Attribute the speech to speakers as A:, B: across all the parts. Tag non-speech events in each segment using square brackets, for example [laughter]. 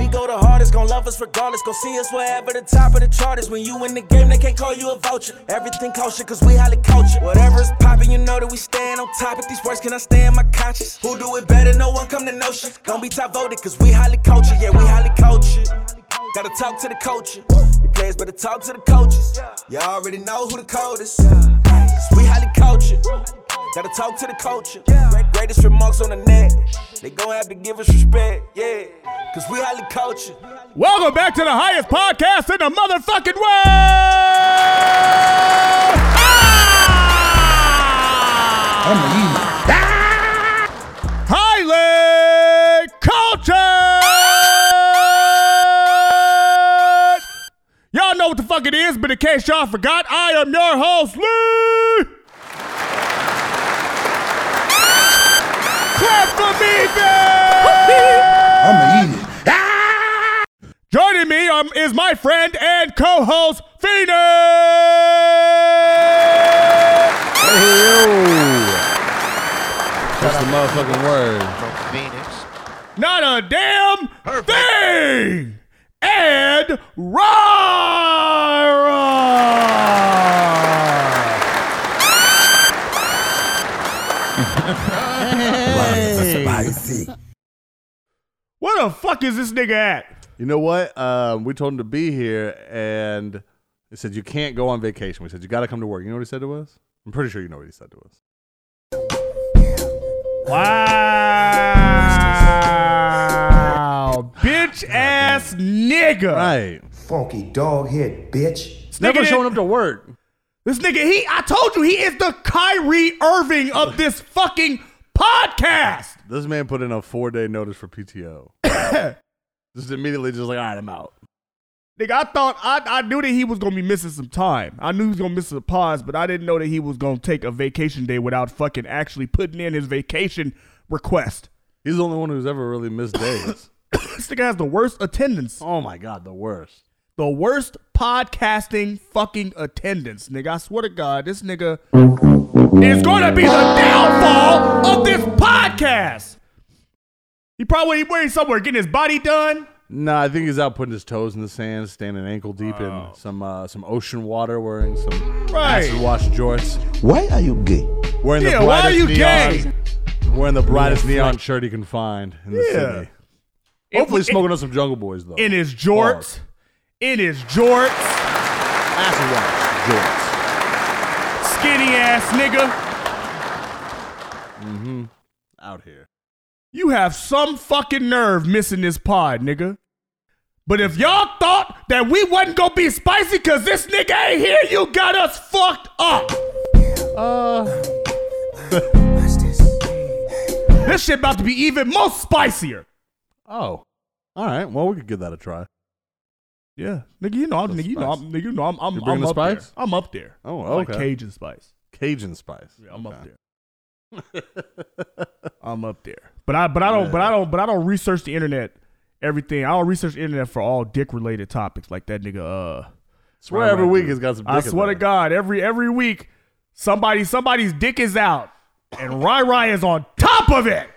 A: Haters gon' love us regardless, gon' see us wherever the top of the chart is. When you in the game, they can't call you a vulture. Everything kosher, cause we highly cultured. Whatever is poppin', you know that we stand on top. If these words can I stay in my conscience? Who do it better? No one come to notion. Don't be top voted, cause we highly cultured. Yeah, we highly cultured. Gotta talk to the culture. Your players better talk to the coaches. You already know who the code is. Cause we highly cultured. Gotta talk to the culture. Great- Greatest remarks on the net. They gon' have to give us respect. Yeah, cause we highly cultured.
B: Welcome back to the highest podcast in the motherfucking world! Ah! Ah! Highly cultured! Y'all know what the fuck it is, but in case y'all forgot, I am your host, Lee! Clap for me, man!
C: I'ma eat it.
B: Ah! Joining me um, is my friend and co-host Phoenix.
D: What's the motherfucking word?
B: Not a damn thing. And Rara. [laughs] Where the fuck is this nigga at?
D: You know what? Um, we told him to be here, and he said you can't go on vacation. We said you got to come to work. You know what he said to us? I'm pretty sure you know what he said to us.
B: Wow. Bitch ass nigga.
D: Right.
E: Funky dog head, bitch.
B: This
D: Never
B: nigga
D: showing
B: did-
D: up to work.
B: This nigga, he I told you he is the Kyrie Irving of this fucking podcast.
D: This man put in a four day notice for
B: [coughs]
D: PTO. just immediately, just like, all right, I'm out.
B: Nigga, I thought I, I knew that he was gonna be missing some time. I knew he was gonna miss a pause, but I didn't know that he was gonna take a vacation day without fucking actually putting in his vacation request.
D: He's the only one who's ever really missed
B: [laughs]
D: days.
B: This nigga has the worst attendance.
D: oh my god, the worst.
B: The worst podcasting fucking attendance, nigga. I swear to God, this nigga is gonna be the downfall of this podcast. He probably where he's somewhere getting his body done.
D: No, I think he's out putting his toes in the sand, standing ankle deep in some uh, some ocean water, wearing some
B: Right.
D: acid wash jorts,
C: Why are you gay?
D: wearing
B: Yeah,
D: the
B: why are
D: brightest
B: you
D: neon,
B: gay?
D: wearing the brightest neon shirt he can find in the
B: Yeah.
D: city. Hopefully,
B: In-
D: smoking on some Jungle Boys though.
B: in his jorts. In his jorts.
D: Hard. acid wash jorts.
B: Skinny ass nigga.
D: Out here,
B: You have some fucking nerve missing this pod, nigga. But if y'all thought that we wasn't gonna be spicy cause this nigga ain't here, you got us fucked up.
D: Uh,
B: This shit about to be even more spicier.
D: oh, all right. Well, we could give that a try.
B: Yeah, nigga, you know, I'm,
D: The
B: nigga, you know, I'm, nigga, you know, I'm, I'm,
D: You
B: I'm
D: bringing
B: up
D: the
B: there.
D: spice?
B: I'm up there.
D: Oh,
B: I like
D: okay.
B: Cajun spice.
D: Cajun spice.
B: Yeah, I'm up
D: Okay.
B: there. I'm up there. But I but I don't but I don't but I don't research the internet everything. I don't research the internet for all dick related topics like that nigga uh
D: Swear
B: Right,
D: every
B: right,
D: week
B: dude.
D: has got some. Dick
B: I
D: in
B: swear to
D: there.
B: God, every every week somebody somebody's dick is out and Rai Rai is on top of it.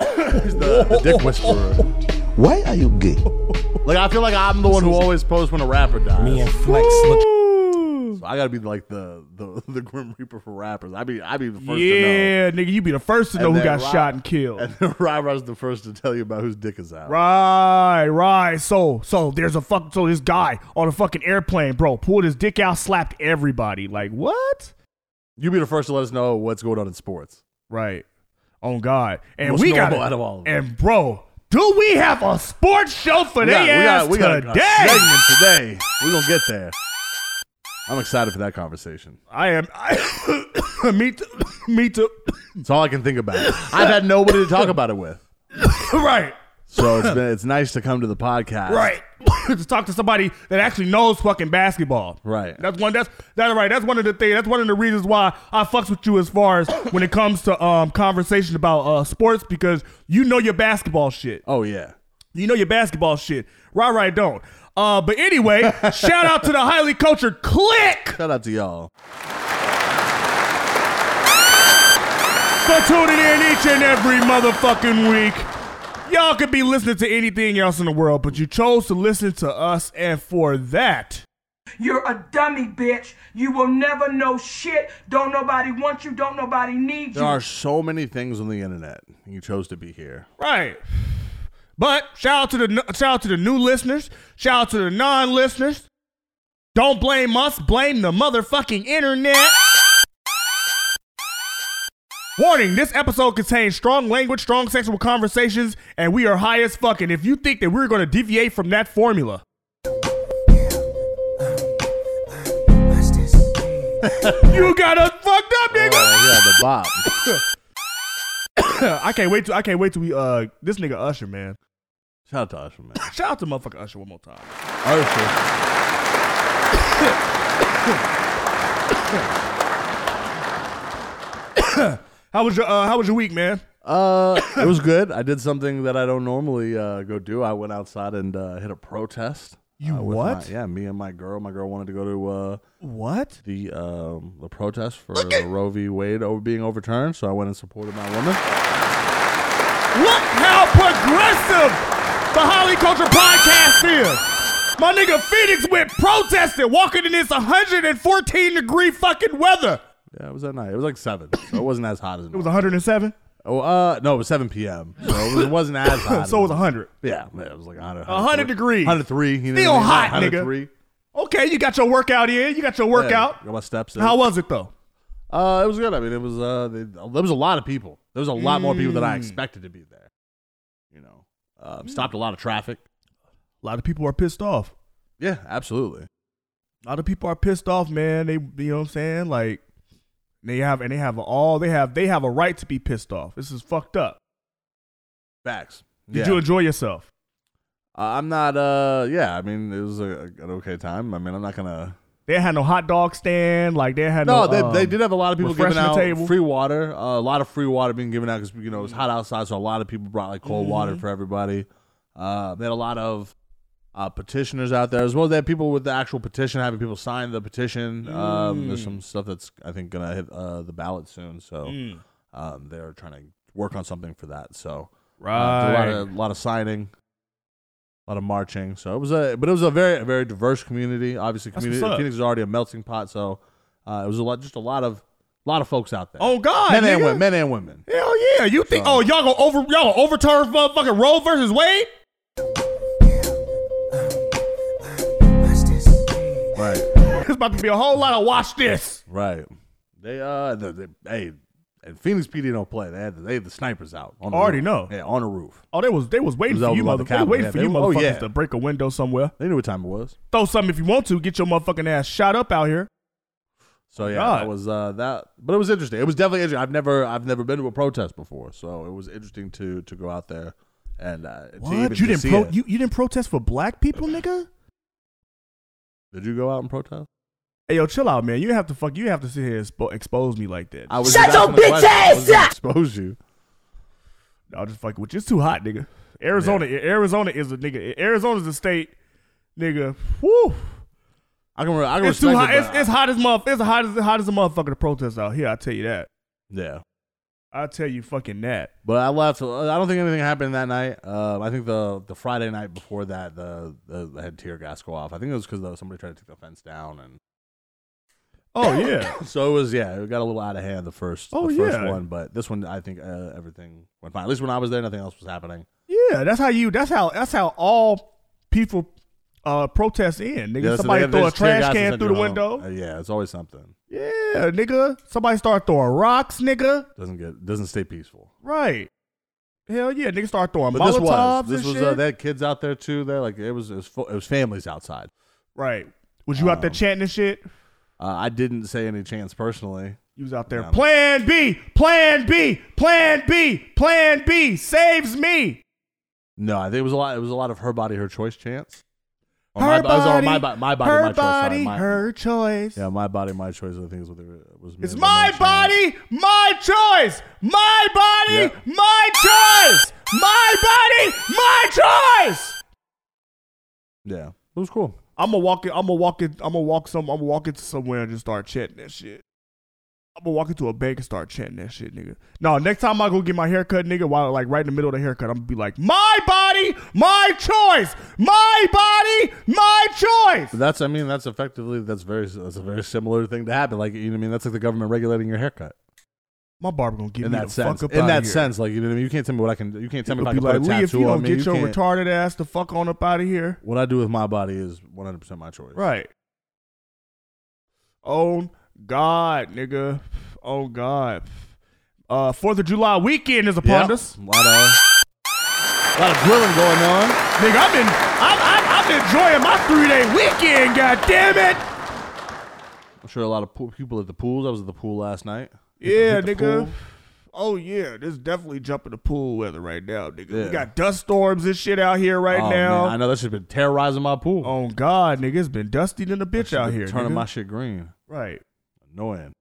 D: He's the, the dick whisperer.
C: Why are you gay?
D: Like I feel like I'm the one who always posts when a rapper dies.
F: Me and Flex look.
B: Ooh.
D: So I gotta be like the the, the Grim Reaper for rappers. I be I be the first to know.
B: Yeah, nigga, you be the first to know
D: And
B: who
D: then
B: got
D: Ra-
B: shot and killed.
D: And then [laughs] Ryra's the first to tell you about whose dick is out.
B: Right, right. So, so there's a fuck. So this guy on a fucking airplane, bro, pulled his dick out, slapped everybody. Like what?
D: You be the first to let us know what's going on in sports.
B: Right. On God, and
D: Most
B: we got
D: normal out of all of them.
B: And bro, do we have a sports show for
D: we
B: they ass
D: got, we got, we got a
B: today?
D: segment today. We're gonna get there. I'm excited for that conversation.
B: I am. I, [coughs] me too. Me too.
D: It's all I can think about. I've had nobody to talk about it with.
B: right.
D: So it's been it's nice to come to the podcast.
B: Right. [coughs] to talk to somebody that actually knows fucking basketball.
D: Right.
B: That's one. That's that's right. That's one of the things. That's one of the reasons why I fucks with you as far as [coughs] when it comes to um conversation about uh sports because you know your basketball shit.
D: Oh yeah.
B: You know your basketball shit. Right. Right. Don't. Uh. But anyway, shout out to the highly cultured click
D: Shout out to y'all.
B: for tuning in each and every motherfucking week. Y'all could be listening to anything else in the world, but you chose to listen to us, and for that,
F: You're a dummy, bitch. You will never know shit. Don't nobody want you. Don't nobody need you.
D: There are so many things on the internet. You chose to
B: [laughs]
D: be here.
B: right. But shout out to the shout out to the new listeners. Shout out to the non-listeners. Don't blame us. Blame the motherfucking internet. Warning: This episode contains strong language, strong sexual conversations, and we are high as fucking. If you think that we're going to deviate from that formula, you got us fucked up, nigga.
D: Oh, yeah, the bop.
B: [laughs] I can't wait to I can't wait till we uh this nigga Usher man.
D: Shout out to Usher, man.
B: Shout out to motherfucker Usher one more time.
D: Usher.
B: How was your uh, how was your week, man?
D: Uh, it was good. I did something that I don't normally uh, go do. I went outside and uh, hit a protest.
B: You
D: uh, with
B: what?
D: my- yeah, me and my girl. My girl wanted to go to uh,
B: What?
D: the um, the protest for Roe v. Wade over being overturned, so I went and supported my woman.
B: Look how progressive the Holly Culture podcast is. My nigga Phoenix went protesting, walking in this 114 degree fucking weather.
D: Yeah, it was that night. It was like seven, so it wasn't as hot as
B: It was 107,
D: Oh, uh, no, it was 7 p.m. So it, was, it wasn't as
B: [laughs]
D: hot.
B: so it was 100.
D: Yeah, man, it was like 100.
B: 100 degrees.
D: 103. You know
B: Still
D: what I
B: hot,
D: mean?
B: nigga.
D: 103.
B: Okay, you got your workout in, you got your workout.
D: Yeah, got my steps in.
B: How was it though?
D: Uh, it was good. I mean, it was, uh, they, there was a lot of people. There was a lot more people than
B: Mm.
D: I expected to be there. You know, um, stopped a lot of traffic.
B: A lot of people are pissed off.
D: Yeah, absolutely.
B: a lot of people are pissed off, man. They, you know what I'm saying? Like, they have and they have all they have. They have a right to be pissed off. This is fucked up.
D: Facts.
B: Did
D: Yeah.
B: you enjoy yourself?
D: Uh, I'm not, uh, yeah, I mean, it was a, an okay time. I mean, I'm not going to.
B: They had no hot dog stand. Like they had
D: No,
B: no.
D: they,
B: um,
D: they did have a lot of people giving
B: refreshment
D: out
B: table.
D: free water. Uh, a lot of free water being given out because you know it was hot outside, so a lot of people brought like
B: Mm-hmm.
D: cold water for everybody. Uh, they had a lot of uh, petitioners out there as well. They had people with the actual petition, having people sign the petition. Um, there's
B: Mm.
D: some stuff that's I think gonna hit uh, the ballot soon, so um, they're trying to work on something for that. So uh, did a lot
B: Right.
D: of a lot of signing. A lot of marching, so it was a, but it was a very, a very diverse community. Obviously,
B: That's
D: community,
B: what's up.
D: Phoenix is already a melting pot, so uh, it was a lot, just a lot of, lot of folks out there.
B: Oh, God,
D: men and
B: nigga.
D: women, men and women.
B: Hell yeah! You think? Oh, y'all gonna over y'all gonna overturn motherfucking Roe versus Wade?
D: Right,
B: It's about to be a whole lot of watch this.
D: right. They, uh, they, they, hey, and Phoenix PD don't play. They had, the, they had the snipers out. On the
B: Already
D: roof.
B: know.
D: Yeah, on the roof.
B: Oh, they was they was waiting
D: It was
B: for you, mother.
D: over by the
B: They was
D: Capitol,
B: waiting
D: yeah,
B: for
D: they
B: you,
D: were- oh,
B: motherfuckers,
D: yeah.
B: to break a window somewhere.
D: They knew what time it was.
B: Throw something if you want to. Get your motherfucking ass shot up out here.
D: So yeah,
B: God.
D: that was uh, that. But it was interesting. It was definitely interesting. I've never, I've never been to a protest before, so it was interesting to to go out there and uh, to even
B: You
D: to
B: didn't
D: see
B: pro-
D: it.
B: you you didn't protest for black people, nigga.
D: Did you go out and protest?
B: Hey, yo, chill out, man. You have to fuck. You have to sit here and expo- expose me like that.
D: I was
F: Shut
D: just
F: your
D: asking a
F: bitch
D: question. I was
F: ass
D: gonna
F: up!
D: Expose you.
B: I'll just fuck with you. It's too hot, nigga. Arizona, Arizona is a nigga. Arizona's a state, nigga. Woo.
D: I can. re- I can
B: It's too
D: respect
B: hot.
D: It,
B: It's,
D: but-
B: it's hot as motherfucker. It's hot as hot as a motherfucker to protest out here. I tell you that.
D: yeah.
B: I tell you fucking that.
D: But I left. I don't think anything happened that night. Um, I think the the Friday night before that, the, the they had tear gas go off. I think it was because somebody tried to take the fence down, and
B: Oh yeah.
D: [laughs] [coughs] so it was. Yeah, it got a little out of hand the first.
B: Oh,
D: the first
B: yeah.
D: one, but this one, I think uh, everything went fine. At least when I was there, nothing else was happening.
B: yeah. That's how you. That's how. That's how all people uh protest in, nigga.
D: Yeah, so
B: Somebody
D: they- they
B: throw a
D: just tear
B: trash
D: gas
B: can
D: and
B: through the
D: send you home.
B: window.
D: Uh, yeah, it's always something.
B: Yeah, nigga. Somebody start throwing rocks, nigga.
D: Doesn't get doesn't stay peaceful.
B: Right. Hell yeah, nigga. Start throwing
D: But
B: molotovs
D: this was this
B: and
D: was
B: shit.
D: uh, they had kids out there too. There like it was it was, fu- it was families outside.
B: Right. Was you out there chanting and shit?
D: Uh, I didn't say any chance personally.
B: You was out there.
D: no.
B: Plan B, Plan B, Plan B, Plan B saves me.
D: No, I think it was a lot. It was a lot of her body, her choice chance. Or my, bo- it was all my, bo- my body,
B: her
D: my choice. sorry,
B: body,
D: my-
B: her choice.
D: Yeah, my body, my choice. I think is what they were- was.
B: It's
D: made
B: my
D: by chance.
B: body, my choice. My body,
D: Yeah.
B: my choice. My body, my choice.
D: Yeah, it was cool.
B: I'm gonna walk it. I'm gonna walk it. I'm gonna walk some. I'm gonna walk into somewhere and just start chanting that shit. I'm gonna walk into a bank and start chanting that shit, nigga. No, next time I go get my haircut, nigga, while like right in the middle of the haircut, I'm gonna be like, my body, my choice, my body, my choice.
D: That's I mean that's effectively that's very that's a very similar thing to happen. Like you know what I mean that's like the government regulating your haircut
B: My barber gonna get
D: in
B: me
D: that
B: the
D: sense.
B: fuck up
D: In
B: outta
D: that
B: here.
D: sense, like you know what I mean. You can't tell me what I can. You can't tell me if I
B: It'll be
D: can
B: like,
D: put a
B: Lee,
D: tattoo
B: if you
D: on
B: don't
D: me.
B: get
D: you
B: your
D: can't-
B: retarded ass the fuck on up out of here,
D: what I do with my body is 100 percent my choice.
B: Right. Oh God, nigga. Oh God. Uh, Fourth of July weekend is upon
D: Yeah.
B: us,
D: A lot of, a lot of grilling going on.
B: nigga. I've been, I've, I've, I've been enjoying my three day weekend. God damn it.
D: I'm sure a lot of pool, people at the pools. I was at the pool last night.
B: Yeah,
D: Hit the
B: nigga.
D: pool.
B: Oh yeah, this is definitely jumping the pool weather right now, nigga.
D: Yeah.
B: We got dust storms and shit out here right
D: Oh,
B: now.
D: man, I know that shit's been terrorizing my pool.
B: Oh God, nigga, it's been dusty than a bitch
D: Shit
B: out
D: been
B: here.
D: turning
B: nigga.
D: my shit green.
B: right.
D: Annoying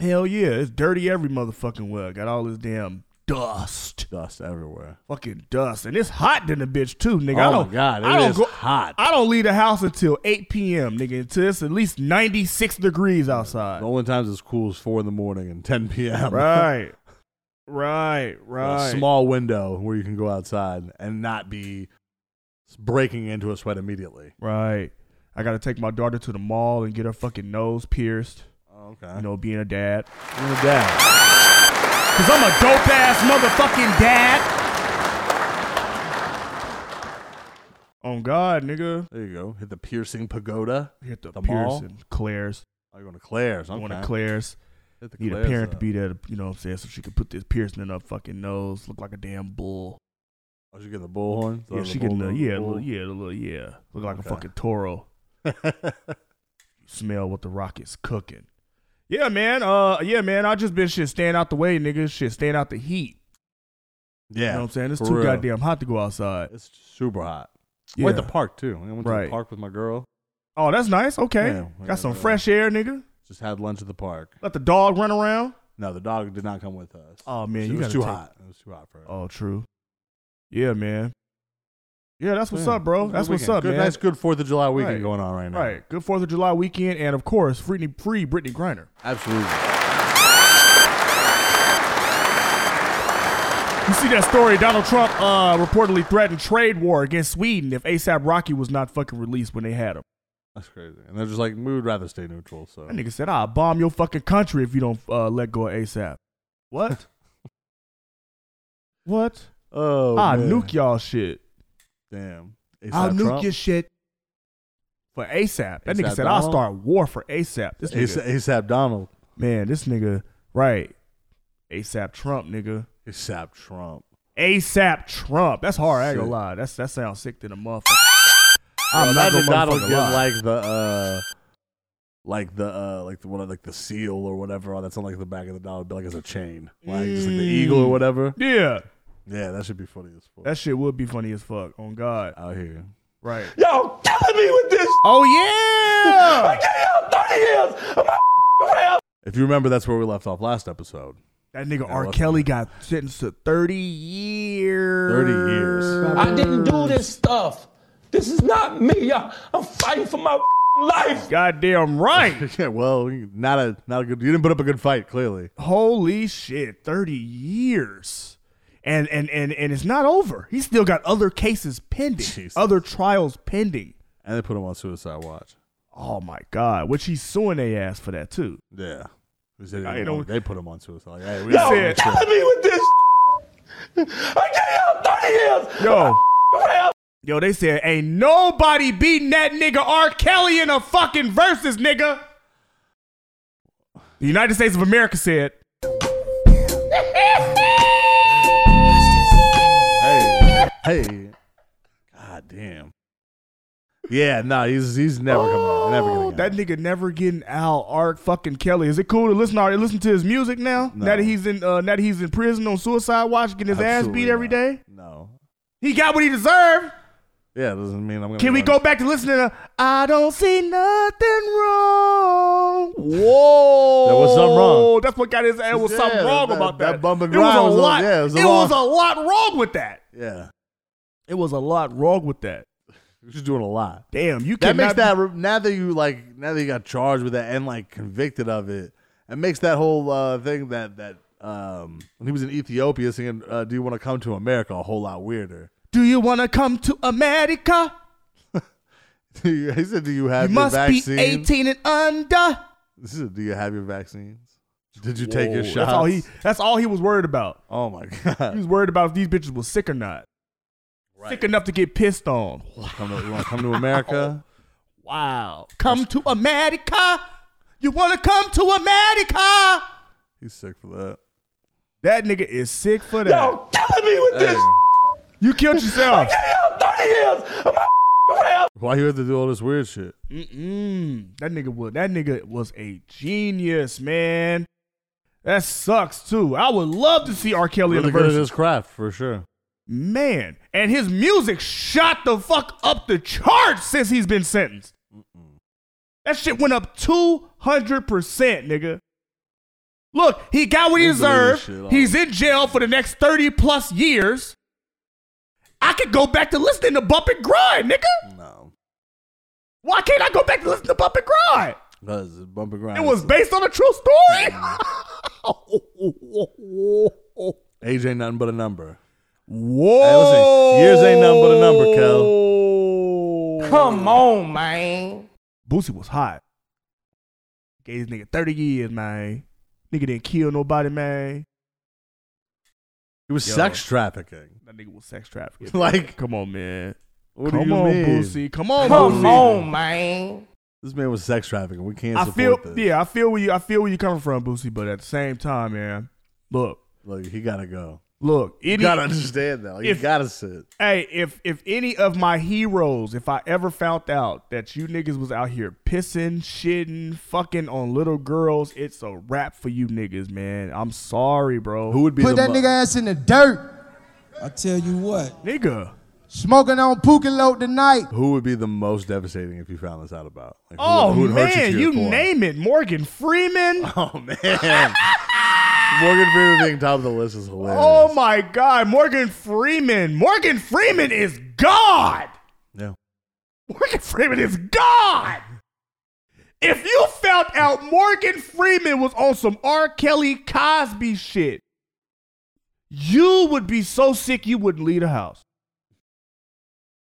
B: Hell yeah, it's dirty every motherfucking well. Got all this damn dust.
D: dust everywhere.
B: fucking dust, and it's hot than a bitch too, nigga.
D: Oh
B: I
D: my
B: don't,
D: God, it
B: I don't
D: is
B: go,
D: hot.
B: I don't leave the house until 8 p.m., nigga, until it's at least 96 degrees outside.
D: The only times it's cool is four in the morning and 10 p.m.
B: Right, right,
D: [laughs] a
B: right.
D: small window where you can go outside and not be breaking into a sweat immediately.
B: right. I gotta take my daughter to the mall and get her fucking nose pierced.
D: Okay.
B: You know, being a dad,
D: You're a dad.
B: cause I'm a dope ass motherfucking dad. On God, nigga.
D: There you go. Hit the piercing pagoda.
B: Hit the,
D: The mall?
B: Pearson, Claire's.
D: Oh, you're going to Claire's. Okay.
B: Going to Claire's.
D: Hit the
B: Need a
D: Claire's uh,
B: parent to
D: up.
B: be there, to, you know what I'm saying, so she could put this piercing in her fucking nose, look like a damn bull.
D: Oh, she getting the bullhorn?
B: yeah, she getting a, yeah, a little, yeah, a little, yeah, look like
D: Okay.
B: a fucking Toro.
D: [laughs] yeah.
B: Smell what the rocket's cooking. Yeah, man. Uh, yeah, man. I just been shit staying out the way, nigga. Shit staying out the heat.
D: yeah.
B: you know what I'm saying? It's
D: for
B: too
D: real.
B: goddamn hot to go outside.
D: It's super hot. We're at the
B: Yeah.
D: park, too. I went to the
B: Right.
D: park with my girl.
B: Oh, that's nice. Okay,
D: Yeah, yeah,
B: got some
D: yeah.
B: fresh air, nigga.
D: Just had lunch at the park.
B: Let the dog run around.
D: No, the dog did not come with us.
B: Oh man,
D: She
B: you
D: was
B: got
D: too hot. It was too hot for her.
B: Oh, true. Yeah, man. Yeah, that's what's
D: Yeah.
B: up, bro.
D: Good
B: That's what's
D: weekend.
B: up,
D: Good,
B: man.
D: Nice, good Fourth of July weekend
B: Right.
D: going on right now.
B: Right. Good Fourth of July weekend, and of course, free, free Brittany Griner.
D: Absolutely.
B: You see that story? Donald Trump uh, reportedly threatened trade war against Sweden if ASAP Rocky was not fucking released when they had him.
D: That's crazy. And they're just like, we would rather stay neutral. So
B: That nigga said, "I'll bomb your fucking country if you don't uh, let go of ASAP." What? what?
D: [laughs] oh,
B: I'll
D: man.
B: nuke y'all shit.
D: Damn. ASAP
B: I'll nuke
D: Trump?
B: your shit for ASAP. That nigga
D: A$AP
B: said, "I'll
D: Donald?
B: start war for ASAP." This nigga,
D: ASAP, ASAP Donald.
B: man, this nigga, right? ASAP Trump, nigga.
D: ASAP Trump.
B: ASAP Trump. That's hard. I ain't gonna
D: Shit.
B: lie. That's that sounds sick to the motherfucker. I'm not
D: Imagine
B: gonna
D: Donald
B: motherfucking
D: get
B: lie.
D: like the uh, like the uh, like the one like the seal or whatever that's on like the back of the dollar bill, like as a chain, like just like the eagle
B: Mm.
D: or whatever.
B: Yeah,
D: Yeah, that should be funny as fuck.
B: that shit would be funny as fuck. On God,
D: out here.
B: right?
G: Y'all killing me with this.
B: Oh
G: [laughs]
B: yeah.
G: Y'all 30 years of my rap.
D: If you remember, that's where we left off last episode. [laughs]
B: That nigga
D: Yeah,
B: R.
D: what's
B: Kelly got sentenced to thirty years.
D: 30 years.
G: I didn't do this stuff. This is not me. Y'all. I'm fighting for my life.
B: Goddamn right.
D: [laughs] yeah, well, not a not a good. You didn't put up a good fight, clearly.
B: Holy shit, thirty years. And and and and it's not over. He still got other cases pending,
D: Jesus.
B: other trials pending.
D: And they put him on suicide watch.
B: Oh my God, which he's suing they ass for that too.
D: Yeah. They,
B: I
D: didn't
B: don't-
D: want- they put him on suicide. Like, hey, we
G: Y'all
D: gotta
B: said-
D: make sure-
G: killing me with this. I gave y'all 30 years
B: Yo.
G: of rap.
B: Yo, they said ain't nobody beating that nigga R. Kelly in a fucking versus, nigga. The United States of America said,
D: Hey, hey. God damn. Yeah, no, he's he's never coming out. Never
B: "Oh,
D: gonna
B: that nigga never getting out." R. Fucking Kelly. Is it cool to listen? Are listen to his music now?
D: No.
B: Now that he's in, uh, now that he's in prison on suicide watch, getting his ass beat every day.
D: No.
B: He got what he deserved.
D: Yeah, it doesn't mean I'm gonna.
B: Can we
D: run.
B: go back to listening to I Don't See Nothing Wrong? Whoa.
D: There was something wrong.
B: That's what got his ass. was
D: Yeah,
B: something wrong
D: that-
B: about
D: that
B: that.
D: bump and
B: it was a
D: grind was a-
B: lot.
D: yeah, it was a
B: was
D: lot.
B: a lot wrong with that.
D: Yeah,
B: It was a lot wrong with that.
D: we're just doing a lot.
B: Damn, you
D: That
B: cannot
D: makes that now that you like now that you got charged with that and like convicted of it, and makes that whole uh, thing that that um, when he was in Ethiopia singing uh, "Do You Want to Come to America" a whole lot weirder. [laughs]
B: Do you want to come to America?
D: he said, "Do you have
B: You
D: your
B: must be
D: vaccine?"
B: 18 and under.
D: This is, do you have your vaccines? Did you take your
B: Whoa,
D: shots?
B: That's all he. That's all he was worried about.
D: oh my [laughs]
B: He
D: god!
B: was worried about if these bitches was sick or not. Sick enough to get pissed on.
D: Come to, you want to come
B: [laughs]
D: to America?
B: Wow. Come to America. You want to come to America?
D: He's sick for that.
B: That nigga is sick for that.
G: Y'all killing me with this.
B: You killed yourself.
G: Damn, 30 years of my rap.
D: Why you have to do all this weird shit?
B: Mm-mm. That nigga was that nigga was a genius, man. That sucks too. I would love to see R. Kelly
D: Really
B: in the
D: good at
B: version.
D: his craft for sure.
B: Man, and his music shot the fuck up the charts since he's been sentenced. That shit went up 200%, nigga. Look, he got what he
D: They blew this
B: deserved.
D: shit off.
B: He's in jail for the next 30 plus years. I could go back to listening to Bump and Grind, nigga.
D: No,
B: Why can't I go back to listen to Bump and Grind?
D: because bump and grind.
B: It was
D: is-
B: based on a true
D: Mm.
B: [laughs] story.
D: age ain't nothing but a number.
B: Whoa!
D: Hey, listen, years ain't nothing but a number,
B: Kel.
G: Come on, man.
B: Boosie was hot. Gave this nigga 30 years, man. Nigga didn't kill nobody, man.
D: It was
B: Yo.
D: sex trafficking.
B: That nigga was sex trafficking.
D: [laughs] Like,
B: come on, man.
D: What
B: come
D: do you
B: on,
D: mean?
B: Boosie. Come on,
G: Come
B: Boosie.
G: on, man.
D: This man was sex trafficking. We can't
B: I feel,
D: support this.
B: yeah, I feel where you, I feel where you coming from, Boosie. But at the same time, man, look,
D: Like, he gotta go.
B: look,
D: You
B: any,
D: gotta understand that. Like,
B: if-
D: you gotta sit.
B: Hey, if if any of my heroes, if I ever found out that you niggas was out here pissing, shitting, fucking on little girls, it's a wrap for you niggas, man. I'm sorry, bro.
D: Who would be
H: Put
D: the
H: that
D: mo-
H: nigga ass in the dirt.
I: I tell you what,
B: nigga?
H: Smoking on Pukalote tonight.
D: Who would be the most devastating if you found this out about? Like, who-
B: Oh
D: who would hurt
B: man,
D: to
B: you
D: your core?
B: name it, Morgan Freeman.
D: [laughs] Oh man, Morgan Freeman being top of the list is hilarious.
B: Oh my God, Morgan Freeman. Morgan Freeman is God.
D: Yeah.
B: Morgan Freeman is God. If you found out Morgan Freeman was on some R. Kelly Cosby shit, you would be so sick you wouldn't leave the house.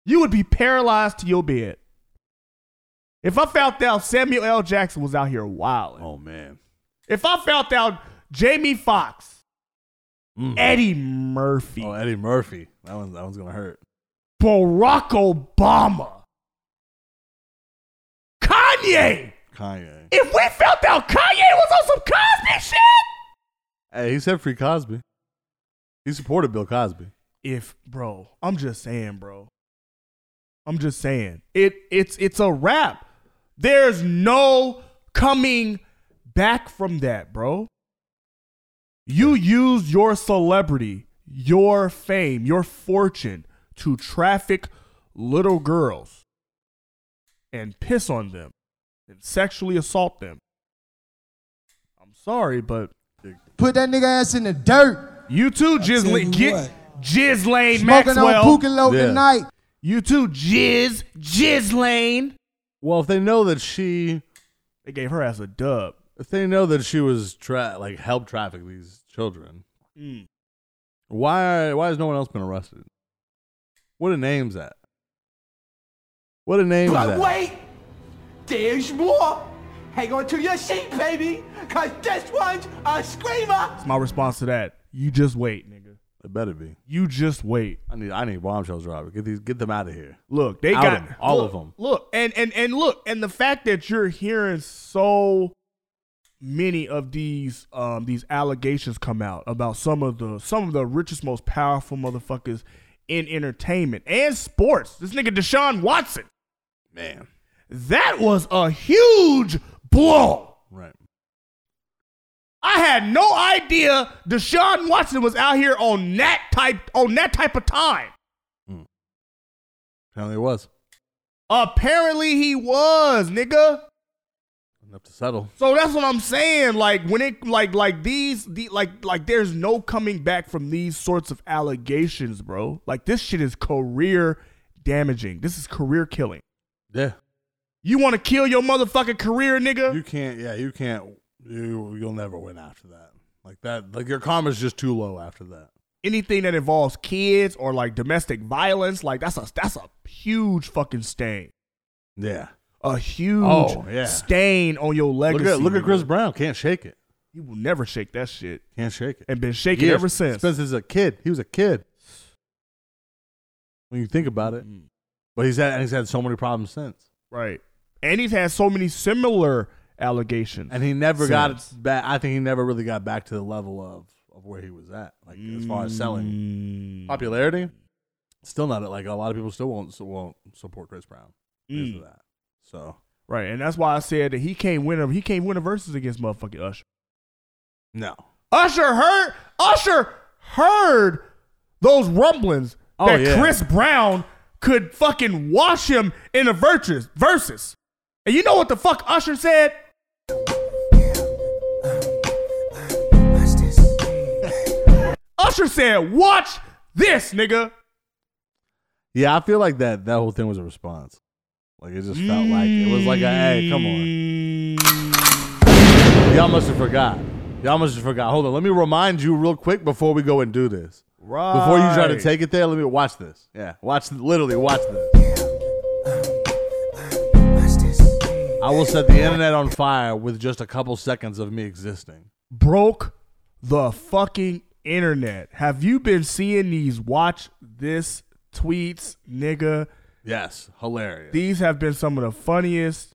B: You would be paralyzed to your bed. If I found out Samuel L. Jackson was out here wilding,
D: Oh man,
B: if I found out Jamie Foxx,
D: Mm.
B: Eddie Murphy,
D: oh Eddie Murphy. That one's that one's gonna hurt.
B: Barack Obama, Kanye.
D: Kanye.
B: If we found out Kanye was on some Cosby shit,
D: Hey, he said free Cosby. He supported Bill Cosby.
B: if bro, I'm just saying, bro. I'm just saying. It it's it's a wrap. There's no coming back from that, bro. You used your celebrity, your fame, your fortune to traffic little girls and piss on them and sexually assault them. I'm sorry, but
H: Put that nigga ass in the dirt.
B: You too,
I: tell
B: Jizz.
I: you
B: Get
I: what.
B: Jizz Lane
H: Smoking on
B: Maxwell.
H: Pukalote
D: Yeah.
H: tonight.
B: You too, Jizz Jizz Lane.
D: Well, if they know that she,
B: They gave her ass a dub.
D: if they know that she was tra- like helped traffic these children, Hmm.
B: Mm.
D: why why has no one else been arrested? What a name's that? What a name's
J: But
D: that?
J: wait, there's more. Hang on to your seat, baby, cause this one's a screamer.
B: That's my response to that. You just wait, nigga.
D: It better be.
B: You just wait.
D: I need I need bombshells, Robert. Get these get them out of here.
B: Look, they
D: Out
B: got
D: 'em. All
B: look,
D: of 'em.
B: Look, and and and look, and the fact that you're hearing so many of these um these allegations come out about some of the some of the richest, most powerful motherfuckers in entertainment and sports. This nigga Deshaun Watson.
D: Man.
B: That was a huge blow.
D: Right.
B: I had no idea Deshaun Watson was out here on that type on that type of time.
D: Apparently it was.
B: Apparently he was, nigga.
D: Enough to settle.
B: So that's what I'm saying. Like when it like like these the, like like there's no coming back from these sorts of allegations, bro. Like this shit is career damaging. This is career killing.
D: Yeah.
B: You want to kill your motherfucking career, nigga?
D: You can't yeah, you can't you you'll never win after that. Like that, like your karma's just too low after that.
B: Anything that involves kids or like domestic violence, like that's a that's a huge fucking stain.
D: Yeah.
B: A huge
D: Oh, yeah.
B: stain on your
D: Look
B: legacy.
D: at look at
B: man.
D: Chris Brown. Can't shake it.
B: You will never shake that shit.
D: Can't shake it.
B: And been shaking
D: Years.
B: ever since.
D: Since he's a kid, he was a kid. When you think about it,
B: Mm-hmm.
D: but he's had and he's had so many problems since,
B: Right. And he's had so many similar allegations.
D: and he never
B: Since.
D: got back. I think he never really got back to the level of of where he was at, like as far as selling
B: Mm.
D: popularity. Still not at like a lot of people still won't won't support Chris Brown
B: Mm.
D: because of that. So
B: Right, and that's why I said that he can't win a he can't win a versus against motherfucking Usher.
D: no,
B: Usher heard Usher heard those rumblings
D: Oh,
B: that
D: yeah.
B: Chris Brown could fucking wash him in a versus versus. And you know what the fuck Usher said? Usher said, "Watch this, nigga."
D: yeah, I feel like that that whole thing was a response. Like it just felt like it was like a hey, come on. Y'all must have forgot. Y'all must have forgot. Hold on. Let me remind you real quick before we go and do this.
B: Right.
D: Before you try to take it there, let me watch this. Yeah. Watch literally watch this. I will set the internet on fire with just a couple seconds of me existing.
B: broke the fucking internet. Have you been seeing these watch this tweets, nigga?
D: Yes. Hilarious.
B: These have been some of the funniest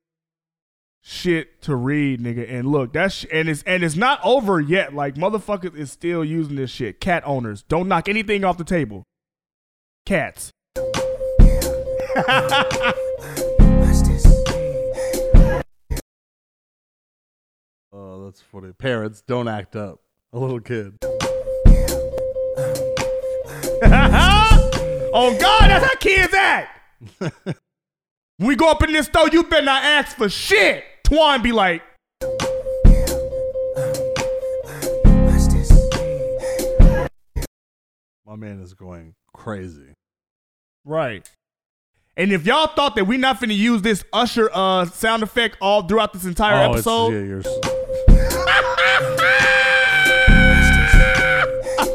B: shit to read, nigga. And look, that's sh- and it's and it's not over yet. Like motherfuckers is still using this shit. Cat owners, don't knock anything off the table. Cats. [laughs]
D: oh, that's funny. Parents, don't act up. A little kid. [laughs]
B: oh God, that's how kids act. we go up in this store, you better not ask for shit. Twan be like,
D: My man is going crazy.
B: right. And if y'all thought that we not finna use this Usher uh sound effect all throughout this entire
D: Oh, it's-
B: episode,
D: yeah, you're s-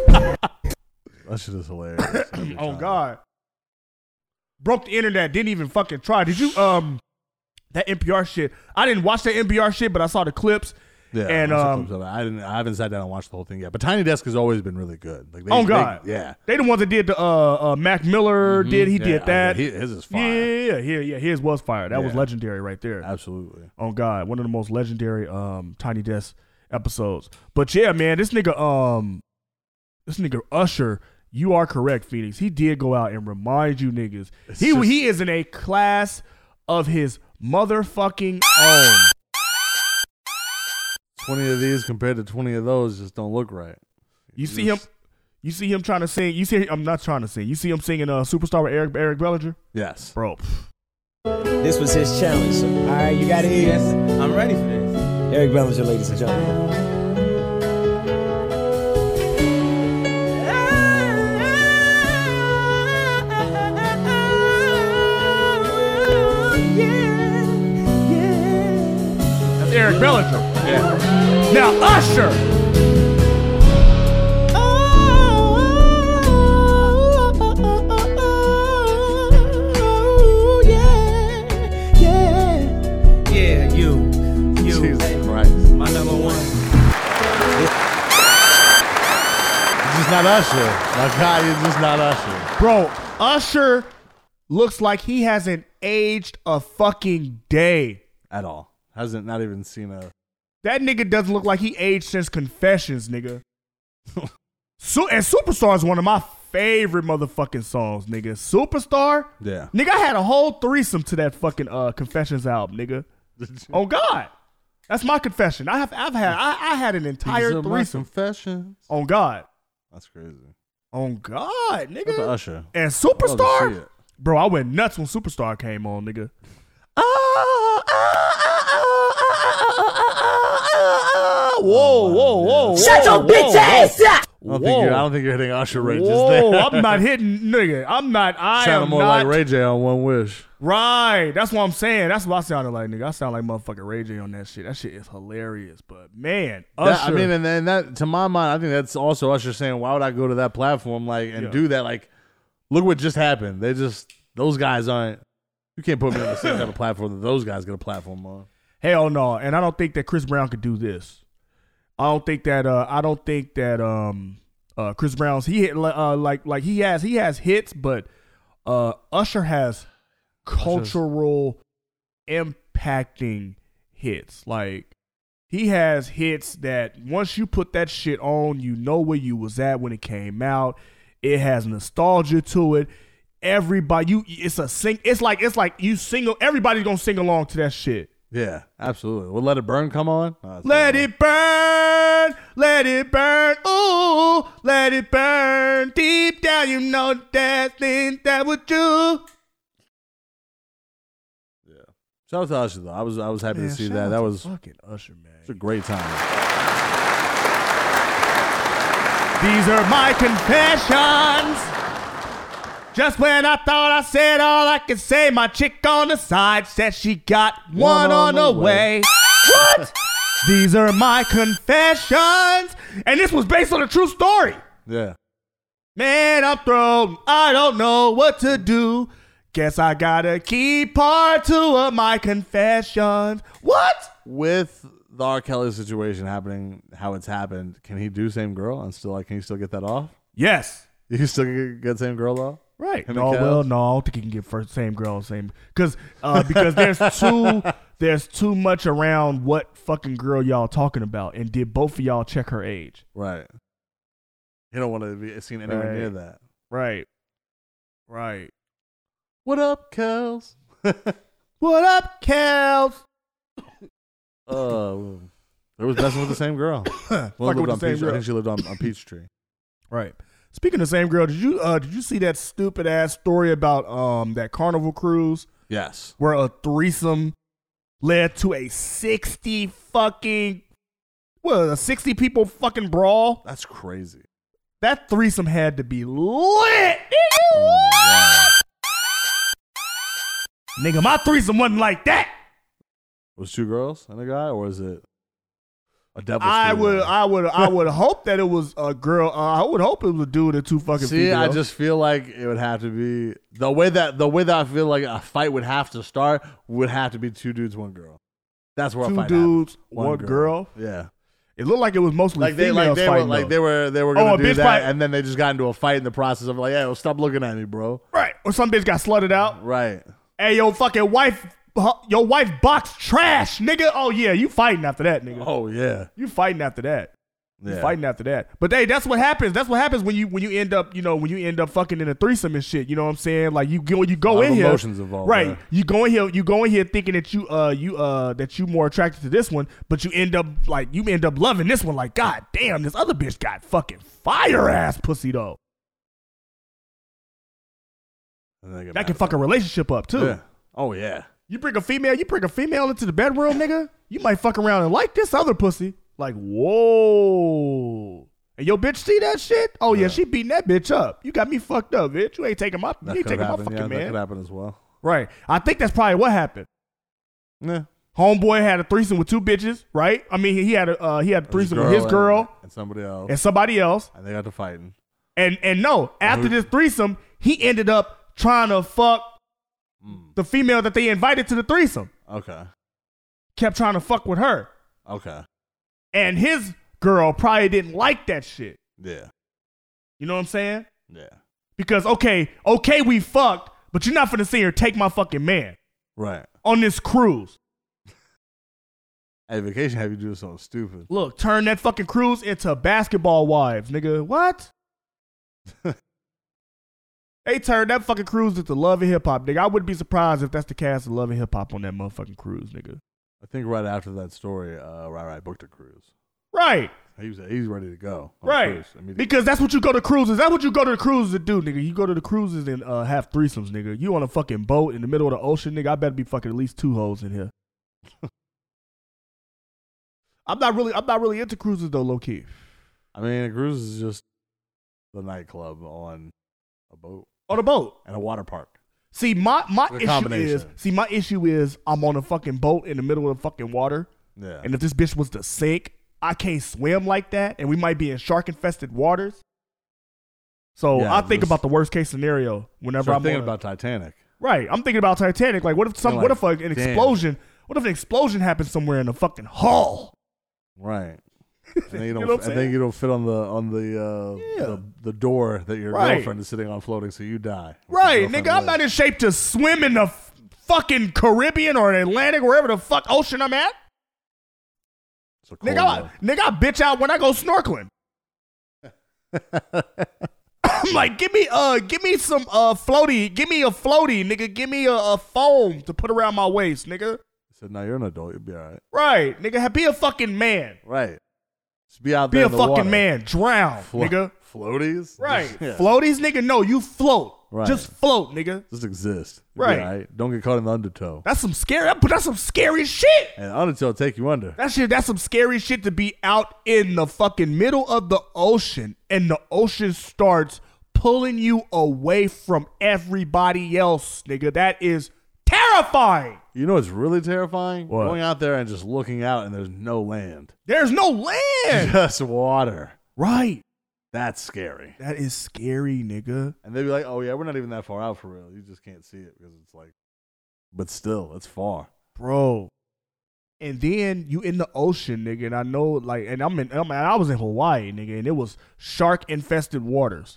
D: [laughs] that shit
B: [coughs]
D: is hilarious. every
B: oh
D: time.
B: God, broke the internet. Didn't even fucking try. Did you um that NPR shit? I didn't watch that NPR shit, but I saw the clips.
D: Yeah,
B: and
D: I watched the
B: um,
D: clips of it. I didn't. I haven't sat down and watched the whole thing yet. But Tiny Desk has always been really good. Like they,
B: Oh
D: they-
B: God!
D: yeah. Mm-hmm. Mhm.
B: they the ones that did the uh, uh Mac Miller did. He
D: Yeah,
B: did that.
D: I mean, his is
B: yeah,
D: fire.
B: yeah, yeah, yeah, yeah. His was fire. That was
D: Yeah.
B: legendary right there.
D: Absolutely.
B: Oh God, one of the most legendary um Tiny Desk episodes. But yeah, man, this nigga um this nigga Usher, you are correct, Phoenix. He did go out and remind you niggas.
D: It's
B: He
D: just-
B: he is in a class of his motherfucking own.
D: Twenty of these compared to twenty of those just don't look right.
B: You see him you see him trying to sing. You see I'm not trying to sing. You see him singing uh Superstar with Eric Eric Bellinger?
D: Yes.
B: Bro. pff.
A: This was his challenge. So, all right, you got to hear this. I'm ready for this. Eric Bellinger, ladies and gentlemen.
B: That's Eric Bellinger. Yeah. Now Usher.
A: Yeah, you. You.
D: Jesus Christ.
A: My number one.
D: It's just not Usher. My God, it's just not Usher.
B: Bro, Usher looks like he hasn't aged a fucking day.
D: At all. Hasn't not even seen a.
B: That nigga doesn't look like he aged since Confessions, nigga. [laughs] Su- and Superstar is one of my favorite motherfucking songs, nigga. Superstar?
D: Yeah.
B: Nigga, I had a whole threesome to that fucking uh, Confessions album,
D: [laughs]
B: nigga. oh God. That's my confession. I have I've had I, I had an
D: These
B: entire
D: are my
B: threesome.
D: confessions.
B: On God.
D: That's crazy.
B: On God,
D: What the
B: nigga.
D: Usher?
B: And
D: Love to see
B: Superstar?
D: it.
B: Bro, I went nuts when Superstar came on, nigga. Oh, oh, oh, oh, oh, oh, oh, oh, oh, oh. ah, Whoa, whoa, whoa, whoa.
D: Shut
B: your bitch ass up!
D: I don't, think
B: Whoa.
D: you're, I don't think you're hitting Usher right just
B: Whoa,
D: [laughs] there.
B: I'm not hitting, nigga. I'm not. I
D: Sounded
B: am
D: more
B: not.
D: like Ray J on One Wish.
B: Right. That's what I'm saying. That's what I sounded like, nigga. I sound like motherfucking Ray J on that shit. That shit is hilarious. But man,
D: That- I
B: Usher-
D: mean, and then that to my mind, I think that's also Usher saying, "Why would I go to that platform like and
B: Yeah.
D: do that? Like, look what just happened. They just those guys aren't. You can't put me on the same type of platform that those guys get a platform on.
B: Hell no. And I don't think that Chris Brown could do this. I don't think that uh I don't think that um uh Chris Brown's he hit uh like like he has he has hits, but uh Usher has cultural impacting hits. Like he has hits that once you put that shit on, you know where you was at when it came out. It has nostalgia to it. Everybody you it's a sing it's like it's like you single everybody's gonna sing along to that shit.
D: Yeah, absolutely. Well, let it burn. Come on, Oh, that's
B: Let
D: not-
B: it burn, let it burn, ooh, let it burn. Deep down, you know that thing that would do.
D: Shout out to Usher though. I was I was happy to see that. That was it
B: fucking Usher,
D: was a
B: man.
D: great time.
B: These are my confessions. Just when I thought I said all I could say, my chick on the side said she got one, on the way. What? These are my confessions, and this was based on a true story.
D: Yeah,
B: Man, I'm thrown. I don't know what to do. Guess I gotta keep part two of my confessions. What?
D: with the R. Kelly situation happening, how it's happened, can he do same girl and still like can he still get that off? [laughs]
B: Yes.
D: You can still get, get same girl off.
B: Right.
D: Him and
B: no,
D: Kels?
B: well, no, I don't think you can get first same girl, same because [laughs] uh, because there's too there's too much around what fucking girl y'all talking about, and did both of y'all check her age?
D: Right. He don't want to be seen anywhere
B: Right.
D: near that.
B: Right. Right.
D: What up, Kels? [laughs] Uh,
B: What up, Kels?
D: Oh, there was messing with the same
B: [coughs]
D: girl. Well,
B: Fucking
D: lived
B: with
D: on
B: the same
D: Peachtree. I
B: girl.
D: think she lived on, on Peachtree.
B: Right. Speaking of same girl, did you uh did you see that stupid ass story about um that carnival cruise?
D: Yes.
B: where a threesome led to a 60 fucking well a 60 people fucking brawl
D: That's crazy.
B: that threesome had to be lit nigga my threesome wasn't like that
D: Was two girls and a guy, or is it a devil?
B: i would i would i would hope that it was a girl uh, i would hope it was a dude or two fucking
D: See, I
B: females.
D: just feel like it would have to be the way that the way that I feel like a fight would have to start would have to be two dudes, one girl. That's where a
B: Two
D: fight happens.
B: dudes, one girl?
D: Yeah.
B: it looked like it was mostly
D: like they
B: females
D: like they were
B: fighting
D: like
B: though.
D: they were they were
B: Oh,
D: gonna
B: a
D: do
B: bitch
D: that,
B: fight.
D: and then they just got into a fight in the process of like, hey, well, stop looking at me, bro.
B: right or some bitch got slutted out
D: Right.
B: hey your fucking wife your wife box trash nigga oh yeah you fighting after that nigga
D: Oh yeah.
B: You fighting after that. You
D: Yeah.
B: fighting after that. But hey, that's what happens. That's what happens when you when you end up, you know, when you end up fucking in a threesome and shit. You know what I'm saying? Like you go you
D: A
B: go
D: lot
B: in
D: of
B: here.
D: emotions involved,
B: Right.
D: yeah.
B: You go in here, you go in here thinking that you uh you uh that you more attracted to this one, but you end up like you end up loving this one like, God damn, this other bitch got fucking fire ass pussy though.
D: And they
B: That
D: get mad
B: can
D: at
B: fuck a relationship up
D: them.
B: too.
D: Yeah. Oh yeah.
B: You bring a female, you bring a female into the bedroom, nigga. You might fuck around and like this other pussy. Like, whoa. And your bitch see that shit? Oh yeah, she beating that bitch up. You got me fucked up, bitch. You ain't taking my, you
D: That
B: ain't
D: could
B: taking my
D: happen.
B: fucking
D: Yeah, that
B: man.
D: could happen as well.
B: Right. I think that's probably what happened.
D: Yeah.
B: Homeboy had a threesome with two bitches, right? I mean, he had a uh, he had a threesome with his
D: and-
B: girl
D: and somebody else,
B: and somebody else.
D: and they got to fighting.
B: And and no, after
D: who-
B: this threesome, he ended up trying to fuck the female that they invited to the threesome.
D: Okay.
B: Kept trying to fuck with her.
D: Okay.
B: and his girl probably didn't like that shit.
D: Yeah.
B: You know what I'm saying?
D: Yeah.
B: Because okay, okay, we fucked, but you're not finna see her take my fucking man
D: Right.
B: on this cruise.
D: Hey, vacation have you do something stupid?
B: Look, turn that fucking cruise into basketball wives, nigga. What? they turned that fucking cruise into love and hip hop, nigga. I wouldn't be surprised if that's the cast of love and hip hop on that motherfucking cruise, nigga.
D: I think right after that story, uh, right, right, booked a cruise.
B: Right,
D: He was he's ready to go. on a
B: right.
D: cruise immediately.
B: Because that's what you go to cruises. That's what you go to the cruises to do, nigga. You go to the cruises and uh, have threesomes, nigga. You on a fucking boat in the middle of the ocean, nigga. I better be fucking at least two hoes in here. [laughs] I'm not really, I'm not really into cruises though, low key.
D: I mean, a cruise is just the nightclub on a boat
B: on a boat.
D: and a water park.
B: See, my my
D: The
B: issue
D: combination.
B: is see my issue is I'm on a fucking boat in the middle of the fucking water,
D: Yeah.
B: and if this bitch was to sink, I can't swim like that, and we might be in shark infested waters. So
D: Yeah,
B: I think
D: this-
B: about the worst case scenario whenever
D: so I'm
B: I'm
D: thinking
B: on a-
D: about Titanic.
B: Right, I'm thinking about Titanic. Like, what if some?
D: You're
B: what
D: like,
B: if like, an
D: damn.
B: explosion? What if an explosion happens somewhere in the fucking hull?
D: Right. And
B: [laughs]
D: then you
B: know
D: don't.
B: what I'm
D: and
B: saying?
D: then you don't fit on the on the uh,
B: Yeah.
D: the, the door that your
B: Right.
D: girlfriend is sitting on floating, so you die.
B: Right, nigga, I'm not in shape to swim in the f- fucking Caribbean or Atlantic, wherever the fuck ocean I'm at. Nigga, I, nigga, I bitch out when I go snorkeling.
D: [laughs]
B: I'm like, give me uh, give me some uh floaty, give me a floaty, nigga, give me a, a foam to put around my waist, nigga.
D: said, "No, you're an adult. You'll be all right."
B: Right, nigga, ha- be a fucking man,
D: Right. Just be out
B: be
D: there.
B: a
D: in the
B: fucking
D: water.
B: man, drown,
D: Flo-
B: nigga.
D: Floaties.
B: Right,
D: [laughs] Yeah.
B: floaties, nigga. No, you float,
D: Right.
B: just float, nigga.
D: Just exist.
B: Right.
D: right. Don't get caught in the undertow.
B: That's some scary. that- That's some scary shit.
D: And undertow take you under.
B: That shit, that's some scary shit to be out in the fucking middle of the ocean and the ocean starts pulling you away from everybody else, nigga. That is terrifying.
D: You know what's really terrifying?
B: What?
D: Going out there and just looking out and there's no land.
B: There's no land.
D: [laughs] Just water.
B: right.
D: That's scary.
B: That is scary, nigga.
D: And they'd be like, oh, yeah, we're not even that far out for real. You just can't see it because it's like, but still, it's far.
B: Bro. And then you in the ocean, nigga, and I know like and I'm in I'm, I was in Hawaii, nigga, and it was shark infested waters.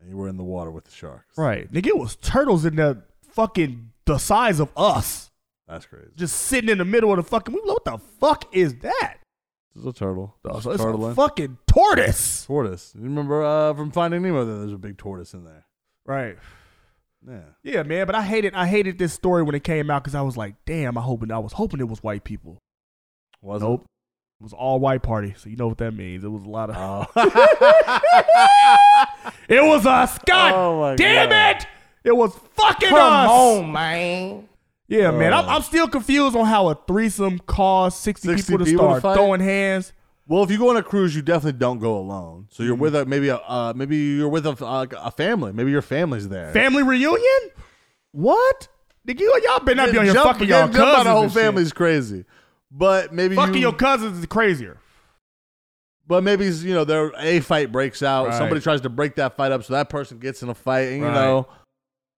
D: And you were in the water with the sharks.
B: Right. Nigga, it was turtles in the fucking the size of us.
D: That's crazy.
B: just sitting in the middle of the fucking. We what the fuck is that?
D: There's a turtle. There's
B: So it's
D: turtle
B: a
D: in-
B: fucking tortoise.
D: tortoise. You remember uh, from Finding Nemo that there's a big tortoise in there?
B: Right.
D: Yeah.
B: Yeah, man. But I hated. I hated this story when it came out because I was like, damn. I hoping. I was hoping it was white people.
D: Was
B: Nope. It was all white party. So you know what that means. It was a lot of.
D: Oh.
B: it was us. God
D: Oh my
B: damn
D: God.
B: it. It was fucking us.
J: man.
B: Yeah, man. I'm,
D: Oh.
B: I'm still confused on how a threesome caused 60,
D: 60
B: people to
D: people to
B: start
D: fight?
B: throwing hands.
D: Well, if you go on a cruise, you definitely don't go alone. So you're with a maybe a uh, maybe you're with a, uh, a family. Maybe your family's there.
B: Family reunion? What? Nigga, you- y'all better not be on your
D: Jump-
B: fucking
D: yeah,
B: y'all
D: jump
B: cousins.
D: on a whole
B: and shit.
D: family's crazy. But maybe
B: Fucking
D: you,
B: your cousins is crazier.
D: but maybe you know there a fight breaks out.
B: Right.
D: Somebody tries to break that fight up, so that person gets in a fight, and you
B: Right.
D: know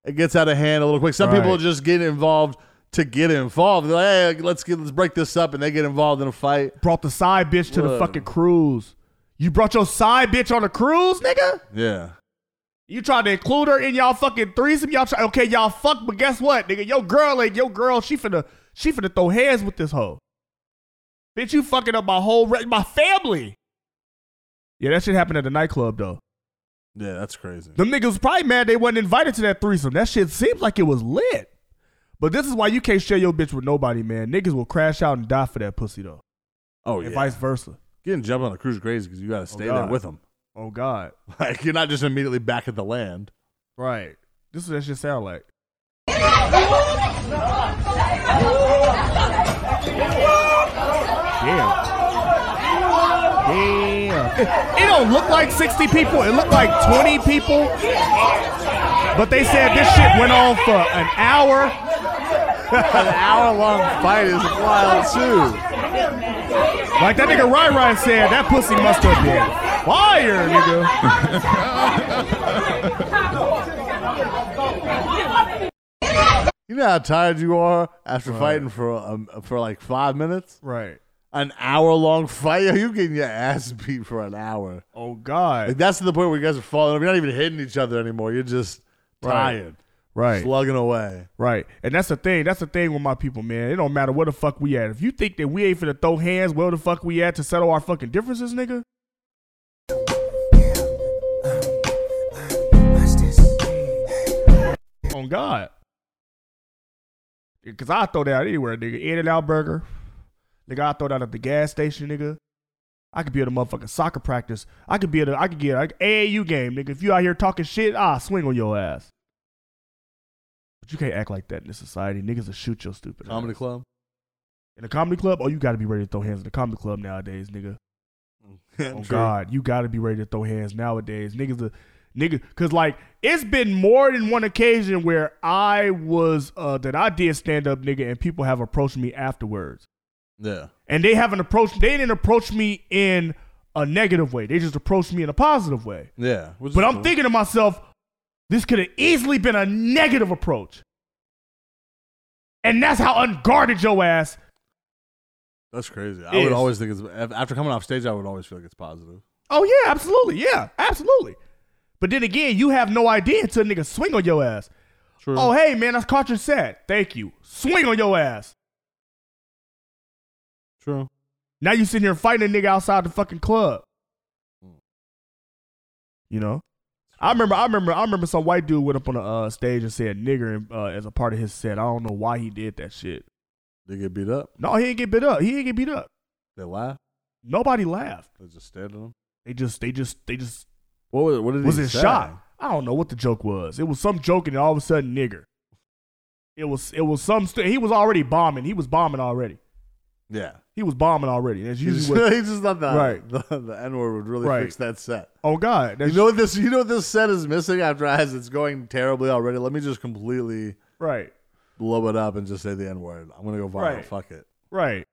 D: it gets out of hand a little quick. Some people
B: Right.
D: just get involved to get involved. They're like, hey, let's get let's break this up, and they get involved in a fight.
B: Brought the side bitch to the
D: Look.
B: fucking cruise. You brought your side bitch on a cruise, nigga?
D: Yeah,
B: You tried to include her in y'all fucking threesome? Y'all try okay, y'all fuck, but guess what, nigga? Your girl ain't your girl. She finna she finna throw hands with this hoe. Bitch, you fucking up my whole re- my family. Yeah, that shit happened at the nightclub though.
D: yeah, that's crazy.
B: Them niggas was probably mad they wasn't invited to that threesome. That shit seems like it was lit. But this is why you can't share your bitch with nobody, man. Niggas will crash out and die for that pussy though,
D: oh
B: and
D: yeah,
B: vice versa.
D: getting jumped on a cruise is crazy because you got to stay there
B: God.
D: with them.
B: Oh God,
D: [laughs] Like you're not just immediately back at the land.
B: right? This is what that shit sound like. Damn. Damn. It, it don't look like 60 people. It looked like 20 people. But they said this shit went on for an hour.
D: An hour long fight is wild too.
B: Like that nigga Rai Rai said, that pussy must have been fire, nigga.
D: You know how tired you are after fighting for um, for like five minutes,
B: Right.
D: an hour long fight. Yo, you getting your ass beat for an hour.
B: Oh
D: Like
B: God.
D: that's to the point where you guys are falling. over. You're not even hitting each other anymore. You're just
B: Right.
D: tired,
B: Right.
D: slugging away.
B: Right. And that's the thing. That's the thing with my people, man. It don't matter where the fuck we at. If you think that we ain't finna throw hands where the fuck we at to settle our fucking differences, nigga. On God. Cause I throw that out anywhere, nigga. In and out burger. Nigga, I throw that at the gas station, nigga. I could be at a motherfucking soccer practice. I could be at a I could get an AAU game, nigga. If you out here talking shit, I swing on your ass. But you can't act like that in this society. Niggas will shoot your stupid
D: Comedy
B: ass.
D: club.
B: In a comedy club? Oh, you gotta be ready to throw hands in the comedy club nowadays, nigga.
D: [laughs]
B: Oh God, you got to be ready to throw hands nowadays, niggas. Are, niggas, cause like it's been more than one occasion where I was uh that I did stand up, nigga, and people have approached me afterwards,
D: Yeah.
B: and they haven't approached. They didn't approach me in a negative way. They just approached me in a positive way.
D: Yeah. which is
B: But I'm
D: cool.
B: thinking to myself, this could have easily been a negative approach. And that's how unguarded your ass.
D: That's crazy. I would
B: is-
D: always think it's af- after coming off stage. I would always feel like it's positive.
B: Oh yeah, absolutely. Yeah, absolutely. But then again, you have no idea until a nigga swing on your ass.
D: True.
B: Oh hey man, I caught your set. Thank you. Swing on your ass.
D: true.
B: Now you sitting here fighting a nigga outside the fucking club. You know? I remember, I remember, I remember some white dude went up on a uh, stage and said "nigger" uh, as a part of his set. I don't know why he did that shit.
D: They get beat up.
B: No, he didn't get beat up. He didn't get beat up.
D: They laugh.
B: Nobody laughed.
D: They just stare at them.
B: They just, they just, they just
D: What was? What did
B: was
D: he
B: in
D: say?
B: shock. I don't know what the joke was. It was some joke, and all of a sudden, nigger. It was, it was some. St- he was already bombing. He was bombing already.
D: Yeah.
B: He was bombing already. That's
D: He
B: usually
D: just, [laughs]
B: what,
D: he just thought that
B: Right.
D: the, the N word would really
B: Right.
D: fix that set.
B: oh god. That's
D: You know what this? You know what this set is missing after as it's going terribly already. Let me just completely
B: [laughs] right,
D: blow it up and just say the N word. I'm gonna go viral.
B: Right.
D: Fuck it.
B: right,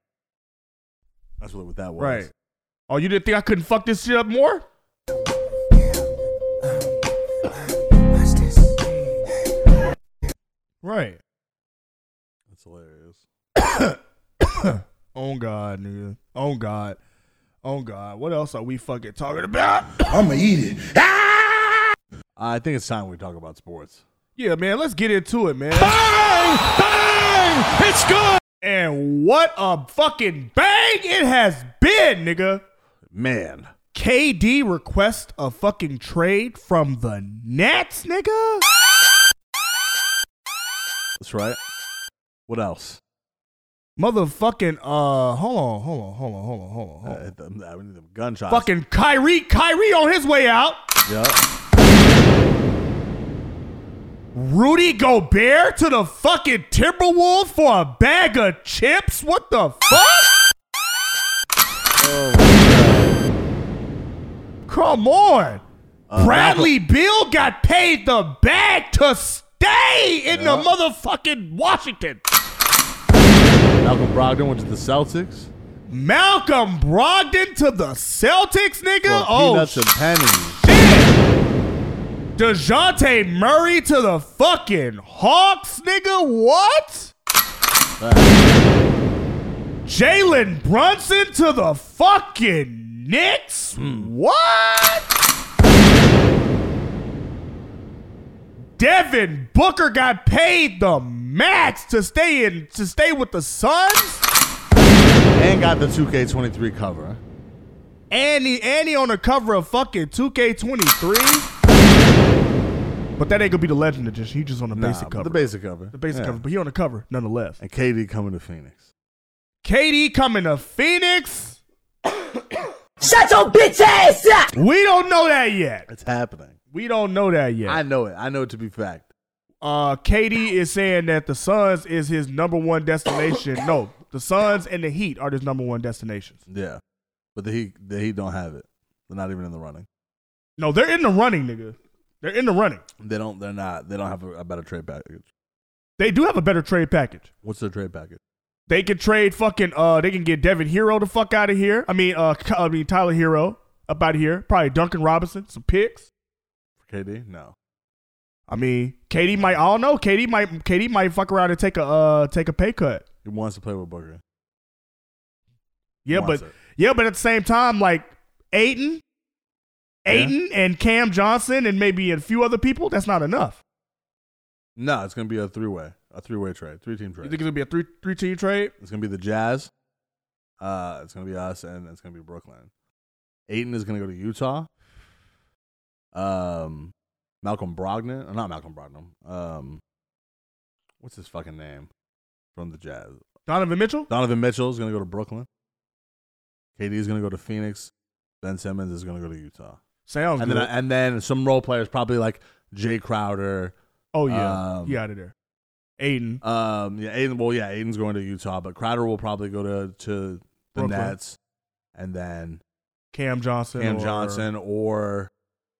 D: That's really what that was.
B: right. Oh, you didn't think I couldn't fuck this shit up more? Right.
D: That's hilarious.
B: Oh god, nigga. Oh god. Oh god. What else are we fucking talking about? [coughs]
E: I'ma eat it.
D: I think it's time we talk about sports.
B: Yeah, man, let's get into it, man. Bang! Bang! It's good! And what a fucking bang it has been, nigga.
D: Man,
B: KD requests a fucking trade from the Nets, nigga.
D: that's right. What else?
B: Motherfucking uh hold on, hold on, hold on, hold on, hold on, hold
D: Uh,
B: on.
D: hit them- uh, we need them gunshots.
B: Fucking Kyrie, Kyrie on his way out.
D: Yup.
B: Rudy Gobert to the fucking Timberwolves for a bag of chips? What the fuck? Come on. Bradley Bill got paid the bag to stay in the motherfucking Washington.
D: Malcolm Brogdon went to the Celtics.
B: Malcolm Brogdon to the Celtics, nigga?
D: for
B: Oh,
D: peanuts and pennies.
B: shit. DeJounte Murray to the fucking Hawks, nigga? What? Jalen Brunson to the fucking Knicks? What? Devin Booker got paid the max to stay in to stay with the Suns?
D: And got the 2K23 cover.
B: Annie, Annie on the cover of fucking 2K23. But that ain't gonna be the legend edition. He just on the
D: Nah,
B: basic cover.
D: The basic cover.
B: The basic
D: Yeah.
B: cover, but he on the cover nonetheless.
D: And KD coming to Phoenix.
B: KD coming to Phoenix.
F: [coughs] Shut your bitch ass up!
B: We don't know that yet.
D: It's happening.
B: We don't know that
D: I
B: yet.
D: know it. I know it to be fact.
B: Uh, KD is saying that the Suns is his number one destination. no, the Suns and the Heat are his number one destinations.
D: Yeah. But the Heat, the Heat don't have it. They're not even in the running.
B: No, they're in the running, nigga. They're in the running.
D: They don't. They're not. They don't have a, a better trade package.
B: They do have a better trade package.
D: What's their trade package?
B: They can trade fucking. Uh, they can get Devin Hero the fuck out of here. I mean, uh, K- I mean Tyler Hero up out of here. Probably Duncan Robinson, some picks.
D: For KD? No.
B: I mean, KD might. I don't know. KD might. KD might fuck around and take a uh take a pay cut.
D: He wants to play with Booker.
B: Yeah,
D: Wants
B: but
D: it.
B: yeah, but at the same time, like Aiton, Aiton and Cam Johnson and maybe a few other people. That's not enough.
D: No, it's gonna be a three-way, a three-way trade, three-team
B: You
D: trade.
B: think it'll be a three three team trade?
D: It's gonna be the Jazz. Uh, it's gonna be us, and it's gonna be Brooklyn. Aiton is gonna go to Utah. Um, Malcolm Brogdon, or not Malcolm Brogdon. Um, what's his fucking name from the Jazz?
B: Donovan Mitchell.
D: Donovan Mitchell is gonna go to Brooklyn. KD is gonna go to Phoenix. Ben Simmons is gonna go to Utah,
B: Sounds
D: and
B: good.
D: then and then some role players, probably like Jay Crowder.
B: oh yeah,
D: um,
B: he out of there. Aiden.
D: Um, yeah, Aiden. Well, yeah, Aiden's going to Utah, but Crowder will probably go to to the
B: Brooklyn.
D: Nets, and then
B: Cam Johnson.
D: Cam
B: or-
D: Johnson or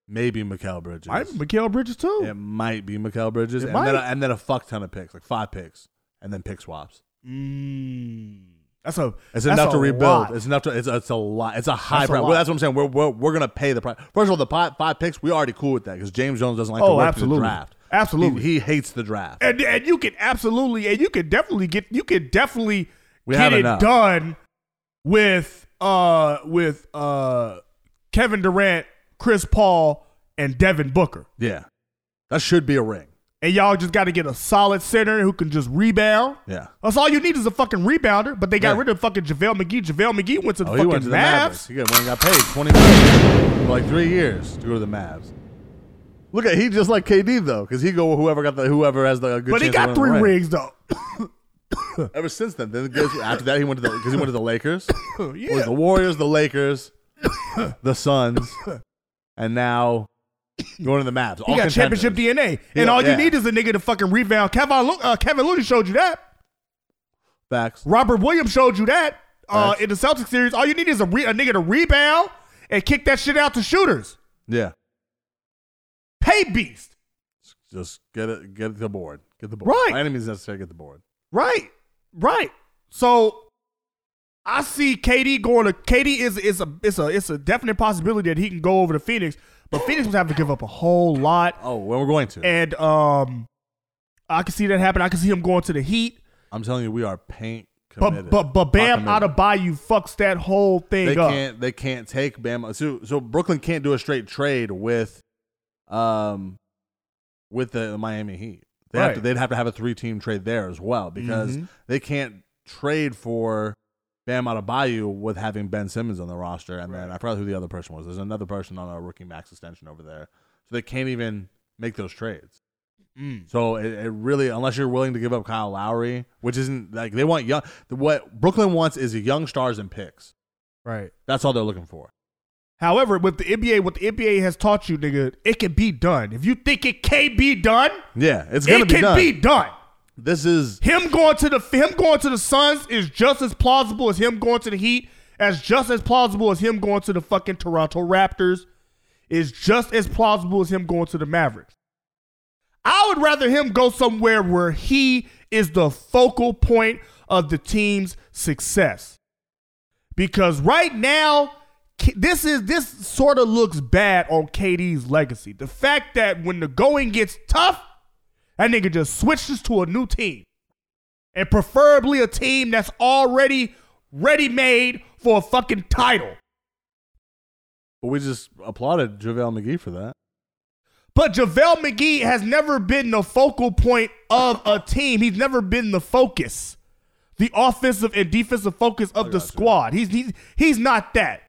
D: maybe Mikael Bridges.
B: Might be Mikael Bridges too.
D: it might be Mikael Bridges,
B: It
D: and then, a,
B: might.
D: and then a fuck ton of picks, like five picks, and then pick swaps.
B: Mm, that's a.
D: It's
B: that's
D: enough
B: a
D: to rebuild.
B: lot.
D: It's enough to. It's, it's a lot. It's a high
B: That's a
D: price.
B: lot.
D: well, that's what I'm saying. We're, we're, we're gonna pay the price. First of all, the pi- five picks we already cool with that because James Jones doesn't like to
B: Oh,
D: work to
B: absolutely.
D: the draft.
B: Absolutely.
D: he, he hates the draft.
B: and, and you can absolutely and you can definitely get you can definitely
D: We
B: get
D: have
B: it
D: enough.
B: done with uh with uh Kevin Durant, Chris Paul, and Devin Booker.
D: yeah, that should be a ring.
B: And y'all just got to get a solid center who can just rebound.
D: Yeah.
B: That's all you need is a fucking rebounder. But they got
D: Yeah.
B: rid of fucking JaVale McGee. JaVale McGee went to the
D: Oh, he
B: fucking
D: went to the
B: Mavs.
D: Mavericks. He got, went and got paid twenty million for like three years to go to the Mavs. Look at he just like KD though, because he go whoever got the whoever has the good.
B: But he
D: chance of
B: got
D: winning the
B: three
D: ring.
B: rings though. [coughs]
D: ever since then. Then guess- after that, he went to the because he went to the Lakers,
B: [laughs] yeah.
D: was the Warriors,
B: [laughs]
D: the Lakers, the Suns, and now going to the Mavs.
B: He
D: all
B: got
D: contenders.
B: championship DNA, and
D: Yeah,
B: all you
D: yeah.
B: need is a nigga to fucking rebound. Kevin Lo- uh, Kevin Looney showed you that.
D: Facts.
B: Robert Williams showed you that uh,
D: Facts.
B: in the Celtics series. All you need is a, re- a nigga to rebound and kick that shit out to shooters.
D: Yeah,
B: Pay beast,
D: just get it, get the board, get the board.
B: Right.
D: By any means necessary, get the board.
B: right? Right. So I see KD going to KD is is a it's a it's a definite possibility that he can go over to Phoenix, but Phoenix would have to give up a whole lot,
D: Oh, well, we're going to.
B: and um, I can see that happen. I can see him going to the Heat,
D: I'm telling you, we are paint
B: but
D: committed.
B: but but Bam out
D: Not committed.
B: of Bayou fucks that whole thing
D: They
B: up.
D: can't. They can't take Bama. So, so Brooklyn can't do a straight trade with, um, with the Miami Heat. They have to,
B: Right. Mm-hmm.
D: they'd have to have a three-team trade there as well because they can't trade for Bam Adebayo with having Ben Simmons on the roster, and then I forgot who the other person was. There's another person on a rookie max extension over there, so they can't even make those trades.
B: Mm.
D: So it, it really, unless you're willing to give up Kyle Lowry, which isn't like they want young. What Brooklyn wants is young stars and picks.
B: Right.
D: That's all they're looking for.
B: However, with the NBA, what the NBA has taught you, nigga, it can be done. If you think it can be done,
D: Yeah, it's gonna
B: it
D: be
B: can
D: done.
B: be done.
D: This is
B: Him going to the him going to the Suns is just as plausible as him going to the Heat, as just as plausible as him going to the fucking Toronto Raptors, is just as plausible as him going to the Mavericks. I would rather him go somewhere where he is the focal point of the team's success. Because right now, K- this is this sort of looks bad on KD's legacy. The fact that when the going gets tough, that nigga just switches to a new team. And preferably a team that's already ready made for a fucking title.
D: but we just applauded JaVale McGee for that.
B: But JaVale McGee has never been the focal point of a team. He's never been the focus, the offensive and defensive focus of the squad. He's, he's, he's not that.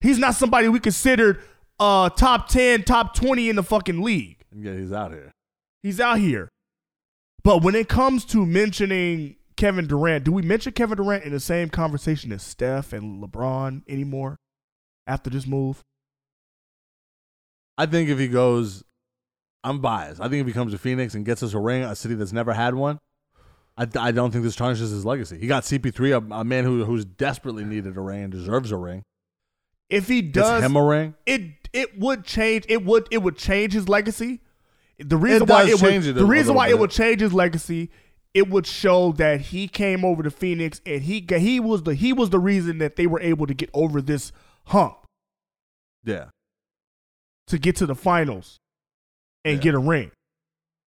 B: He's not somebody we considered uh, top 10, top 20 in the fucking league.
D: And yeah, he's out here.
B: He's out here. But when it comes to mentioning Kevin Durant, do we mention Kevin Durant in the same conversation as Steph and LeBron anymore after this move?
D: I think if he goes, I'm biased. I think if he comes to Phoenix and gets us a ring, a city that's never had one, I, I don't think this tarnishes his legacy. He got CP3, a, a man who who's desperately needed a ring and deserves a ring.
B: If he
D: Gets
B: does
D: him a ring.
B: it it would change it would it would change his legacy. The reason
D: It
B: why
D: does
B: it would
D: change it a-
B: the
D: a
B: reason
D: little
B: why it
D: bit.
B: would change his legacy, it would show that he came over to Phoenix and he ga- he was the he was the reason that they were able to get over this hump
D: Yeah,
B: to get to the finals and
D: Yeah.
B: get a ring.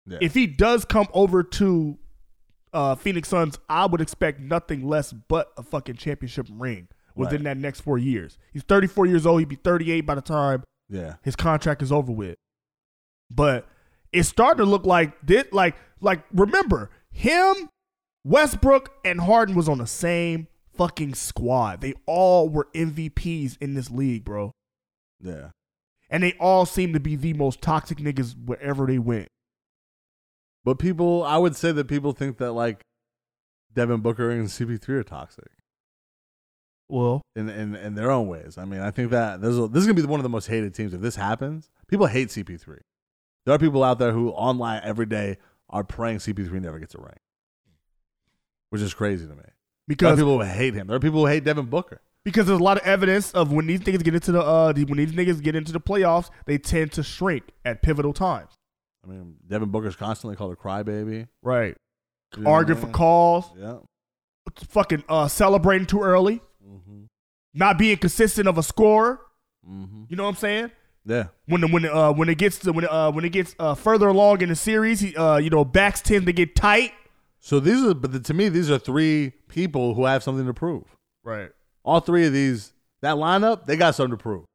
D: yeah.
B: If he does come over to uh, Phoenix Suns, I would expect nothing less but a fucking championship ring within that next four years. He's 34 years old. He'd be 38 by the time
D: yeah,
B: his contract is over with. But it's starting to look like did like like remember him, Westbrook, and Harden was on the same fucking squad. They all were MVPs in this league, bro.
D: yeah.
B: And they all seem to be the most toxic niggas wherever they went.
D: But people, I would say that people think that like Devin Booker and CP3 are toxic.
B: Well,
D: in, in, in their own ways. I mean, I think that there's a, this is gonna be one of the most hated teams if this happens. People hate CP3. There are people out there who online every day are praying CP3 never gets a ring, which is crazy to me. There are
B: because
D: people who hate him. There are people who hate Devin Booker.
B: because there's a lot of evidence of when these niggas get into the uh the, when these niggas get into the playoffs, they tend to shrink at pivotal times.
D: I mean, Devin Booker's constantly called a crybaby.
B: Right.
D: You know what
B: Arguing
D: I
B: for
D: mean?
B: calls,
D: Yeah.
B: fucking uh celebrating too early, Mm-hmm. not being consistent of a scorer. You know what I'm saying?
D: Yeah.
B: When the, when the, uh when it gets to when it, uh when it gets uh further along in the series, he, uh you know backs tend to get tight.
D: So these are, but to me, these are three people who have something to prove.
B: Right.
D: All three of these, that lineup, they got something to prove.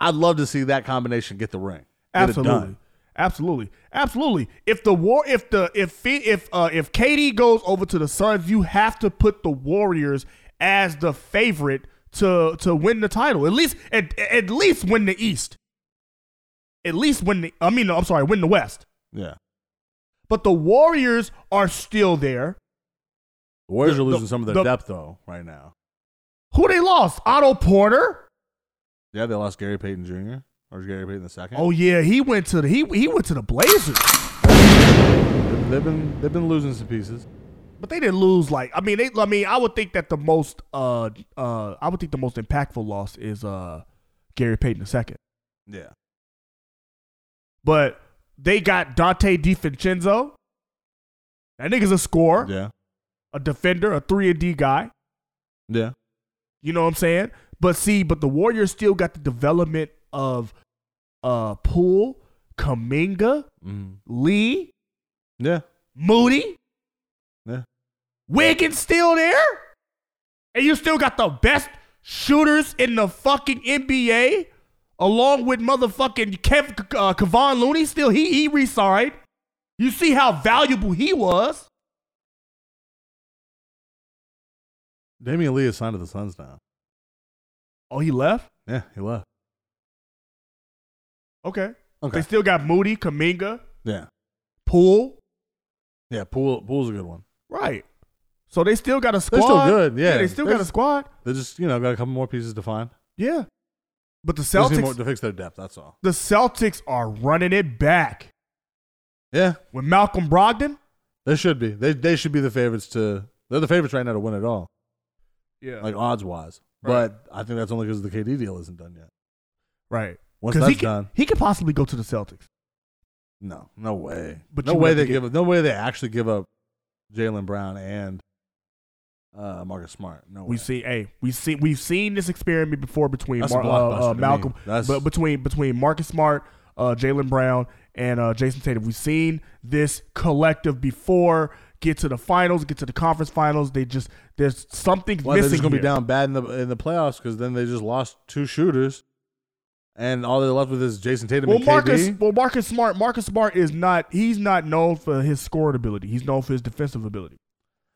D: I'd love to see that combination get the ring. Get it done.
B: Absolutely. Absolutely. Absolutely. If the war if the if Fe- if uh if KD goes over to the Suns, you have to put the Warriors as the favorite to to win the title. At least at, at least win the East. At least win the I mean I'm sorry, win the West.
D: Yeah.
B: But the Warriors are still there.
D: The Warriors
B: The-
D: are
B: the-
D: losing some of their
B: the-
D: depth, though, right now.
B: Who they lost? Otto Porter?
D: Yeah, they lost Gary Payton Jr. or Gary Payton the second.
B: Oh yeah, he went to the he he went to the Blazers.
D: They've they've been they've been losing some pieces.
B: But they didn't lose like I mean they I mean I would think that the most uh uh I would think the most impactful loss is uh Gary Payton II.
D: Yeah.
B: But they got Dante DiVincenzo. That nigga's a scorer,
D: Yeah.
B: a defender, a three and D guy.
D: Yeah.
B: You know what I'm saying? But see, but the Warriors still got the development of uh Poole, Kaminga,
D: Mhm.
B: Lee,
D: Yeah.
B: Moody.
D: Yeah.
B: Wiggins still there? And you still got the best shooters in the fucking NBA, along with motherfucking Kev uh, Kevon Looney. Still, he he resigned. You see how valuable he was.
D: Damian Lee is signed to the Suns now.
B: Oh, he left.
D: Yeah, he left.
B: Okay.
D: Okay.
B: They still got Moody, Kaminga,
D: Yeah.
B: Poole.
D: Yeah. Pool Pool's a good one.
B: Right. So they still got a squad.
D: still good, yeah.
B: they still
D: They're
B: got a
D: s-
B: squad.
D: They just you know got a couple more pieces to find.
B: Yeah. But the
D: Just need
B: Celtics,
D: more to fix their depth. That's all.
B: the Celtics are running it back
D: Yeah.
B: with Malcolm Brogdon.
D: They should be. They they should be the favorites to. They're the favorites right now to win it all,
B: Yeah.
D: like odds wise. But I think that's only because the KD deal isn't done yet.
B: Right.
D: Once
B: 'Cause
D: that's
B: he could,
D: done-
B: he could possibly go to the Celtics.
D: No, no way.
B: But
D: But no
B: you
D: way
B: have to
D: they
B: get-
D: give up. No way they actually give up Jalen Brown and uh, Marcus Smart. No way.
B: We see, hey, we see, we've seen this experiment before between
D: That's a
B: Mar- uh,
D: blockbuster
B: uh,
D: to me.
B: Malcolm,
D: That's-
B: but between between Marcus Smart, uh, Jalen Brown, and uh, Jason Tatum. We've seen this collective before get to the finals, get to the conference finals. They just there's something
D: Well, they're
B: missing.
D: just gonna
B: here.
D: be down bad in the in the playoffs because then they just lost two shooters, and all they're left with is Jason Tatum
B: Well,
D: and
B: Marcus,
D: KD.
B: well, Marcus Smart, Marcus Smart is not. He's not known for his scoring ability. He's known for his defensive ability.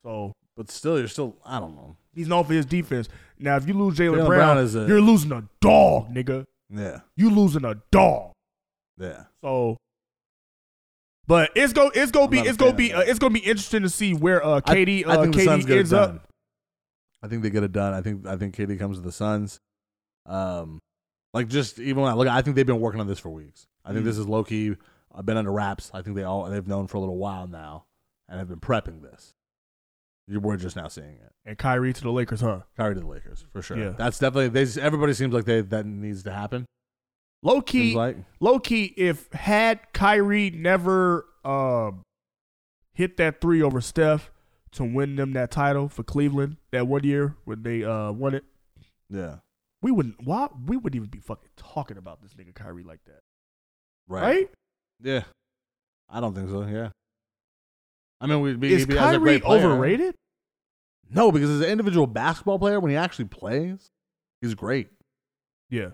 B: So
D: But still, you're still. I don't know.
B: he's known for his defense. Now, if you lose Jalen
D: Jaylen
B: Brown,
D: Brown is a-
B: you're losing a dog, nigga.
D: Yeah,
B: you losing a dog.
D: yeah.
B: So, but it's go it's gonna be
D: not a
B: it's gonna
D: fan
B: be
D: of
B: uh,
D: that.
B: it's gonna be interesting to see where uh
D: I-
B: Katie
D: I,
B: uh,
D: think the Suns
B: Katie
D: get it
B: ends
D: done.
B: up.
D: I think they get it done. I think I think KD comes to the Suns. Um, like just even when I look, I think they've been working on this for weeks. I think
B: Mm.
D: this is low key. I've been under wraps. I think they all they've known for a little while now, and have been prepping this. You- We're just now seeing it.
B: And Kyrie to the Lakers, huh?
D: Kyrie to the Lakers for sure.
B: Yeah.
D: That's definitely. They just, everybody seems like they that needs to happen.
B: Low
D: Seems
B: key,
D: like
B: low key. If had Kyrie never um hit that three over Steph to win them that title for Cleveland that one year when they uh won it,
D: yeah,
B: we wouldn't. Why we wouldn't even be fucking talking about this nigga Kyrie like that,
D: right.
B: right?
D: Yeah, I don't think so. Yeah, I mean, we'd be,
B: Is
D: he'd be as a
B: Kyrie
D: great player.
B: overrated?
D: No, because as an individual basketball player, when he actually plays, he's great.
B: Yeah,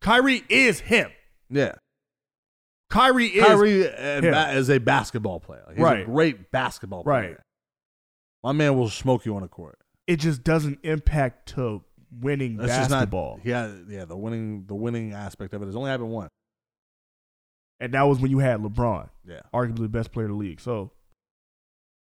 B: Kyrie is him.
D: Yeah.
B: Kyrie is
D: Kyrie and
B: him.
D: ba- is a basketball player. He's
B: Right.
D: a great basketball player.
B: Right.
D: My man will smoke you on a court.
B: it just doesn't impact to winning
D: That's
B: basketball.
D: just not yeah, yeah, the winning the winning aspect of it has only happened once.
B: and that was when you had LeBron,
D: Yeah.
B: arguably the best player in the league. So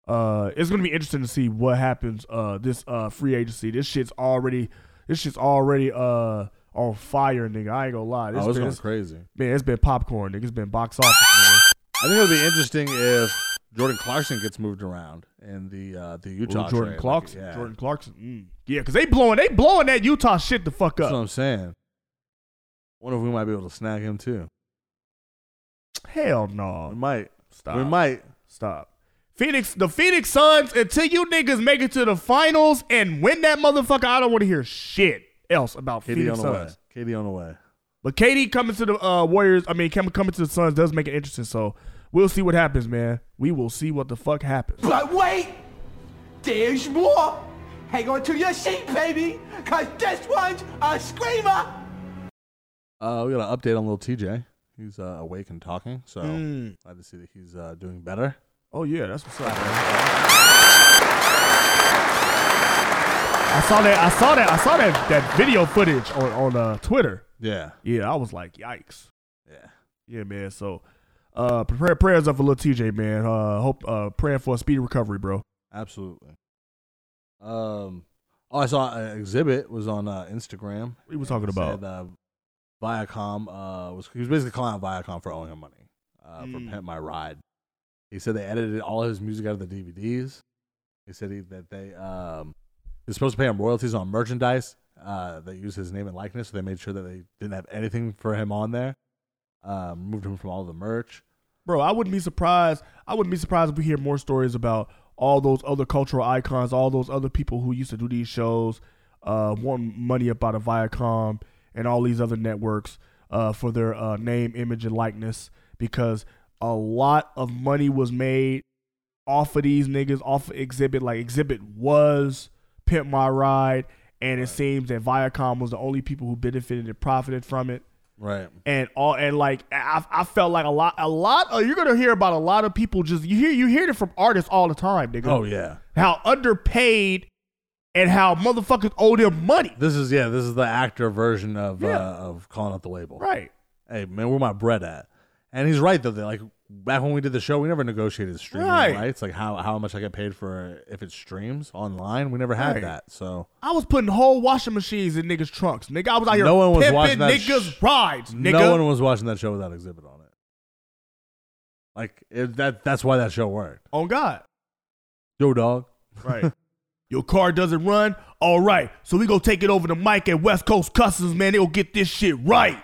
B: uh, it's gonna be interesting to see what happens uh, this uh, free agency. This shit's already this shit's already uh, on fire, nigga. I ain't gonna lie. This
D: I was
B: been-
D: going
B: this-
D: crazy.
B: man, it's been popcorn, nigga. It's been box office, nigga.
D: I think it'll be interesting if Jordan Clarkson gets moved around in the uh, the
B: Ooh,
D: Utah.
B: Jordan
D: trade.
B: Clarkson.
D: yeah.
B: Jordan Clarkson. Mm. Yeah, because they blowing they blowing that Utah shit the fuck
D: That's what
B: up.
D: I'm saying. Wonder if we might be able to snag him too.
B: Hell
D: We
B: no.
D: might.
B: Stop.
D: We might.
B: Stop. Phoenix, the Phoenix Suns, until you niggas make it to the finals and win that motherfucker, I don't want to hear shit else about
D: KD
B: Phoenix
D: on the way.
B: Suns.
D: KD on the way.
B: But KD coming to the uh, Warriors, I mean, coming coming to the Suns does make it interesting. So we'll see what happens, man. We will see what the fuck happens.
J: But wait, there's more. Hang on to your seat, baby, because this one's a screamer.
D: Uh, we got an update on little TJ. He's uh, awake and talking, so glad to see that he's uh, doing better.
B: Oh yeah, that's what's up. Man. I saw that. I saw that. I saw that that video footage on on uh, Twitter.
D: Yeah,
B: Yeah, I was like, yikes.
D: yeah.
B: Yeah, man. So, uh, prayer, prayers up for little TJ, man. Uh, hope uh, praying for a speedy recovery, bro.
D: Absolutely. Um, oh, I saw an exhibit was on uh, Instagram.
B: What you was talking
D: It
B: about?
D: said, uh, Viacom uh, was he was basically calling out Viacom for owing him money uh,
B: Hmm.
D: for Pimp My Ride. He said they edited all his music out of the DVDs. He said he, that they um, he was supposed to pay him royalties on merchandise uh, that used his name and likeness, so they made sure that they didn't have anything for him on there. Uh, removed him from all the merch.
B: Bro, I wouldn't be surprised. I wouldn't be surprised if we hear more stories about all those other cultural icons, all those other people who used to do these shows, uh, want money up out of Viacom and all these other networks uh, for their uh, name, image, and likeness because a lot of money was made off of these niggas, off of Exhibit. Like Exhibit was Pimp My Ride, and it seems that Viacom was the only people who benefited and profited from it
D: Right.
B: and all and like I, I felt like a lot a lot of, you're gonna hear about a lot of people just you hear you hear it from artists all the time nigga
D: Oh yeah.
B: how underpaid and how motherfuckers owe them money
D: This is yeah. This is the actor version of
B: Yeah.
D: uh, of calling out the label.
B: right
D: hey man, where my bread at? And he's right though. That, like back when we did the show, we never negotiated streaming
B: Right.
D: rights, like how how much I get paid for if it streams online. We never had
B: Right.
D: that. So
B: I was putting whole washing machines in niggas trunks nigga I was out here
D: No one was
B: pimping
D: watching that
B: niggas
D: sh-
B: rides nigga
D: no one was watching that show without exhibit on it. Like it, that that's why that show worked.
B: on God
D: Yo dog.
B: right [laughs] your car doesn't run all right so we gonna take it over to Mike at West Coast Customs man they'll get this shit
D: [laughs]
B: right.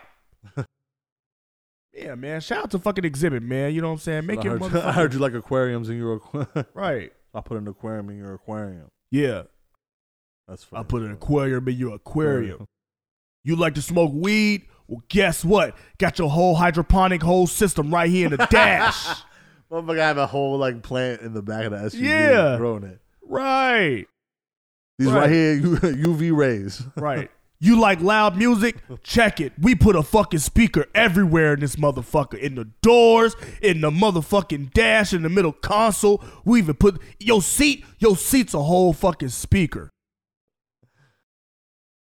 B: Yeah, man. Shout out to fucking Exhibit, man. You know what I'm saying? Make
D: I
B: your
D: heard, you, [laughs] I
B: motherfucking
D: heard you like aquariums in your aqu- [laughs]
B: Right.
D: I put an aquarium in your aquarium.
B: Yeah.
D: That's funny.
B: I put an aquarium in your aquarium. You like to smoke weed? Well, guess what? Got your whole hydroponic whole system right here in the dash.
D: [laughs] Motherfucker have a whole like plant in the back of the SUV
B: Yeah.
D: growing it.
B: right.
D: These
B: Right.
D: right here [laughs] UV rays.
B: Right. [laughs] You like loud music? Check it. We put a fucking speaker everywhere in this motherfucker. In the doors, in the motherfucking dash, in the middle console. We even put your seat, your seat's a whole fucking speaker.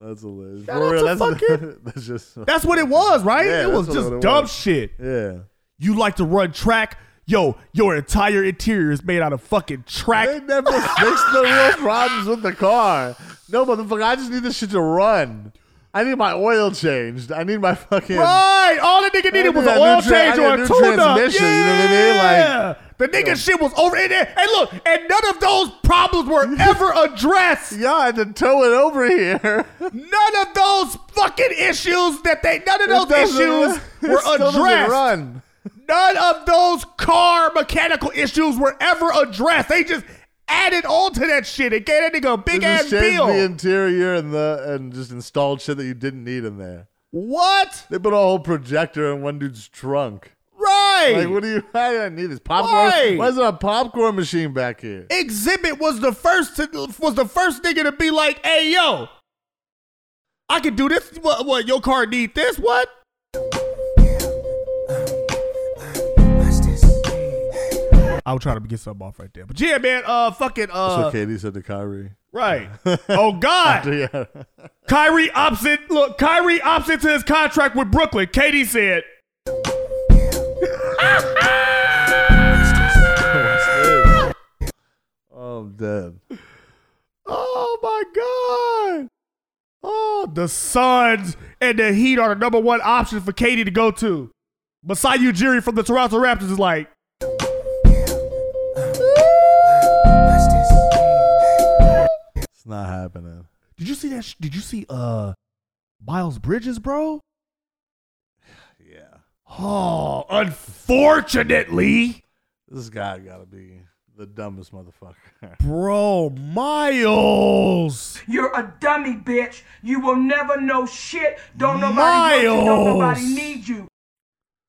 D: That's hilarious.
B: Shout
D: For
B: out
D: real,
B: to
D: that's,
B: fucking-
D: [laughs] that's just
B: That's what it was, right?
D: Yeah,
B: it was
D: that's what
B: just
D: it
B: dumb
D: was.
B: shit.
D: yeah.
B: You like to run track? Yo, your entire interior is made out of fucking track.
D: They never fixed the real problems with the car. No motherfucker, I just need this shit to run. I need my oil changed. I need my fucking
B: Right. All the nigga needed
D: need
B: was an
D: that
B: oil
D: new tra- I
B: change
D: need a
B: or a
D: new
B: tune up.
D: transmission, you know what I mean? Like-
B: Yeah. the nigga shit was over in there. And look, and none of those problems
D: [laughs]
B: were ever addressed.
D: Yeah, I had to tow it over here. [laughs]
B: None of those fucking issues that they, none of
D: It
B: those
D: doesn't-
B: issues
D: [laughs] it
B: were
D: still doesn't
B: addressed.
D: Run.
B: None of those car mechanical issues were ever addressed. They just added on to that shit and gave that nigga a
D: They
B: big
D: just
B: ass
D: changed
B: bill.
D: the interior and the and just installed shit that you didn't need in there.
B: what?
D: They put a whole projector in one dude's trunk.
B: Right.
D: Like, what do you? [laughs] I don't need this popcorn.
B: Why?
D: Why is there a popcorn machine back here?
B: Exhibit was the first to, was the first nigga to be like, "Hey yo, I can do this. What? What? Your car need this? What? I was trying to get something off right there, but yeah, man. Uh, fucking
D: That's
B: uh,
D: what Katie said to Kyrie.
B: right. Oh
D: [laughs]
B: God,
D: yeah.
B: Kyrie opts it. Look, Kyrie opts into his contract with Brooklyn. Katie said,
D: Oh, I'm dead.
B: "Oh my God." Oh, the Suns and the Heat are the number one option for Katie to go to. Masai Ujiri from the Toronto Raptors is like,
D: Not happening.
B: Did you see that? Sh- did you see uh Miles Bridges, bro?
D: [sighs] Yeah.
B: Oh, unfortunately,
D: This guy gotta be the dumbest motherfucker. [laughs]
B: bro, Miles.
F: You're a dummy, bitch. You will never know shit. Don't nobody want you. Don't nobody
B: Miles.
F: need you.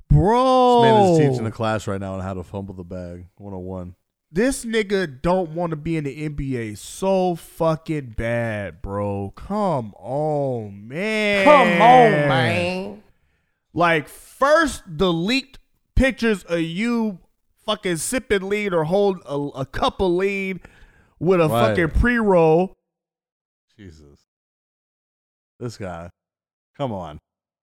B: Bro,
D: This man
B: Oh.
D: is teaching a class right now on how to fumble the bag. 101.
B: this nigga don't want to be in the NBA so fucking bad, bro. Come on, man. Come on, man. Like, first the leaked pictures of you fucking sipping lead or hold a, a cup of lead with a
D: Right.
B: fucking pre roll.
D: Jesus. This guy. Come on.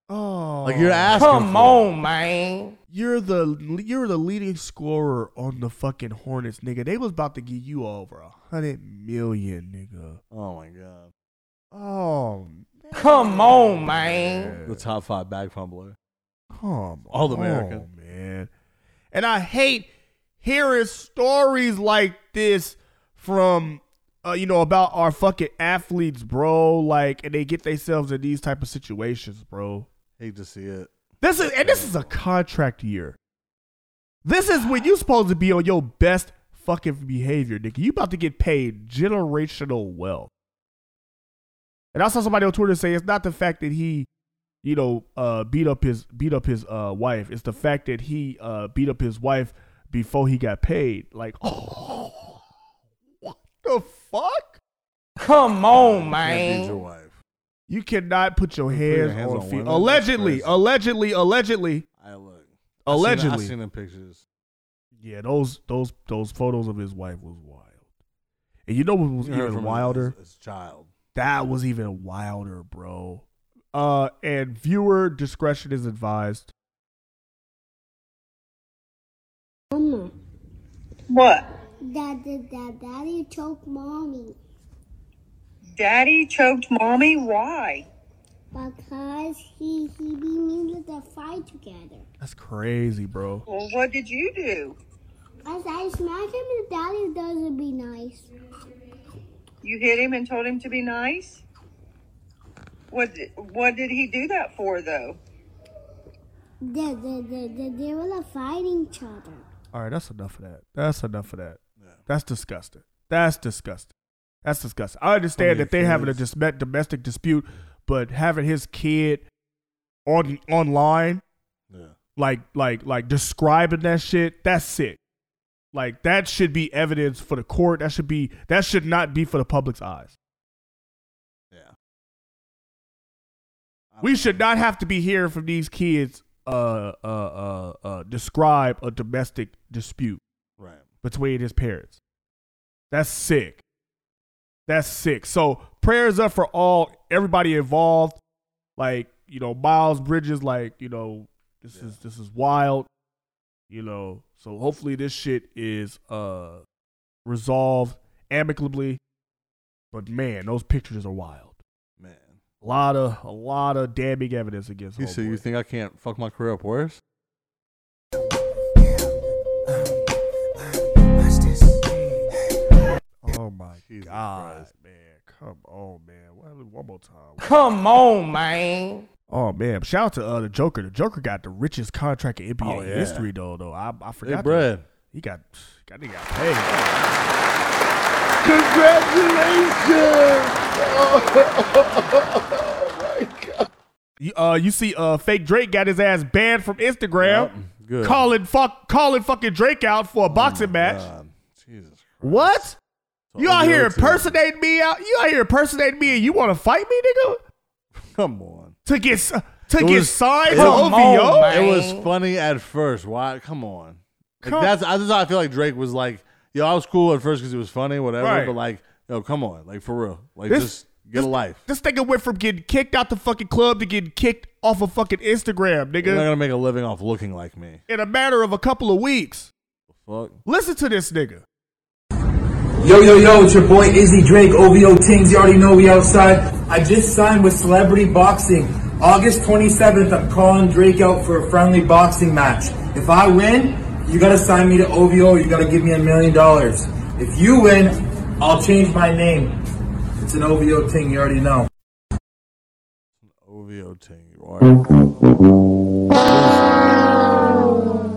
B: Oh,
D: Like you're asking. Come on, man.
B: You're the you're the leading scorer on the fucking Hornets, nigga. They was about to give you over a hundred million, nigga.
D: Oh my god.
B: Oh,
D: The top five bag fumbler.
B: Come
D: All
B: on,
D: American.
B: man. And I hate hearing stories like this from uh, you know about our fucking athletes, bro. Like, and they get themselves in these type of situations, bro.
D: Hate to see it.
B: This is and this is a contract year. This is when you supposed to be on your best fucking behavior, nigga. You about to get paid generational wealth. And I saw somebody on Twitter say it's not the fact that he, you know, uh, beat up his beat up his uh, wife. It's the fact that he uh, beat up his wife before he got paid. Like, [laughs] oh, what the fuck? Oh,
D: Man. Beat your wife.
B: You cannot put your
D: put your
B: hands,
D: hands
B: on,
D: on
B: feet.
D: women? That's
B: Allegedly,
D: crazy.
B: allegedly, allegedly,
D: I look. I seen-
B: allegedly.
D: I seen the pictures.
B: Yeah, those those those photos of his wife was wild. And you know what was
D: You heard
B: even
D: from
B: wilder?
D: His, his child.
B: That was even wilder, bro. Uh and viewer discretion is advised.
A: What?
I: Daddy, daddy choked mommy
A: Daddy choked mommy? Why?
I: because he he beat me to the fight together.
B: That's crazy, bro.
A: Well, what did you do?
I: As I smack him, daddy doesn't be nice.
A: You hit him and told him to be nice? What did, what did he do that for, though?
I: They, they, they, they, they were fighting each other.
B: All right, that's enough of that. That's enough of that. That's disgusting. That's disgusting. That's disgusting. I understand
D: many
B: that they having a
D: kids?
B: dis- domestic dispute, but having his kid on online
D: Yeah.
B: like like like describing that shit that's sick like that should be evidence for the court that should be that should not be for the public's eyes
D: Yeah.
B: we should not have to be hearing from these kids uh uh uh, uh describe a domestic dispute
D: Right.
B: between his parents that's sick that's sick so prayers up for all everybody involved like you know miles bridges like you know this is this is wild you know so hopefully this shit is uh resolved amicably but man those pictures are wild
D: Man. Oh,
B: a lot of a lot of damning evidence against
D: He
B: him.
D: said, "You think I can't fuck my career up worse?"
B: oh my
D: Jesus
B: god
D: Christ.
B: man come on man one, one more time
G: Come on, man.
B: oh man shout out to uh, the joker the joker got the richest contract in nba
D: Oh, yeah.
B: history though though i, I forgot
D: Hey,
B: that.
D: bread.
B: he got got he got paid You, uh, you see, uh, fake Drake got his ass banned from Instagram.
D: Yep, good. Oh,
B: Calling fuck, calling fucking Drake out for a boxing match.
D: God. Jesus.
B: What?
D: Christ.
B: You out here
D: Unreal to him.
B: impersonating me out? You out here impersonating me and you want to fight me, nigga?
D: Come on.
B: To get s- to
D: It
B: get
D: was-
B: signed
D: it
B: to
D: was-
B: OVO?
D: It was funny at first. Why? Come on. Like,
B: Come-
D: that's I just I feel like Drake was like, yo, I was cool at first because it was funny, whatever.
B: Right.
D: But like, yo, come on, like for real, like
B: This-
D: just get a life.
B: This nigga went from getting kicked out the fucking club to getting kicked off of fucking Instagram,
D: You're not
B: nigga,
D: gonna make a living off looking like me.
B: in a matter of a couple of weeks.
D: Fuck.
B: Listen to this nigga.
K: Yo, yo, yo, it's your boy Izzy Drake, OVO Tings. You already know we outside. I just signed with Celebrity Boxing. August 27th, I'm calling Drake out for a friendly boxing match. If I win, you gotta sign me to OVO. You gotta give me a million dollars. If you win, I'll change my name It's an OVO thing. You already know.
D: OVO ting. You are.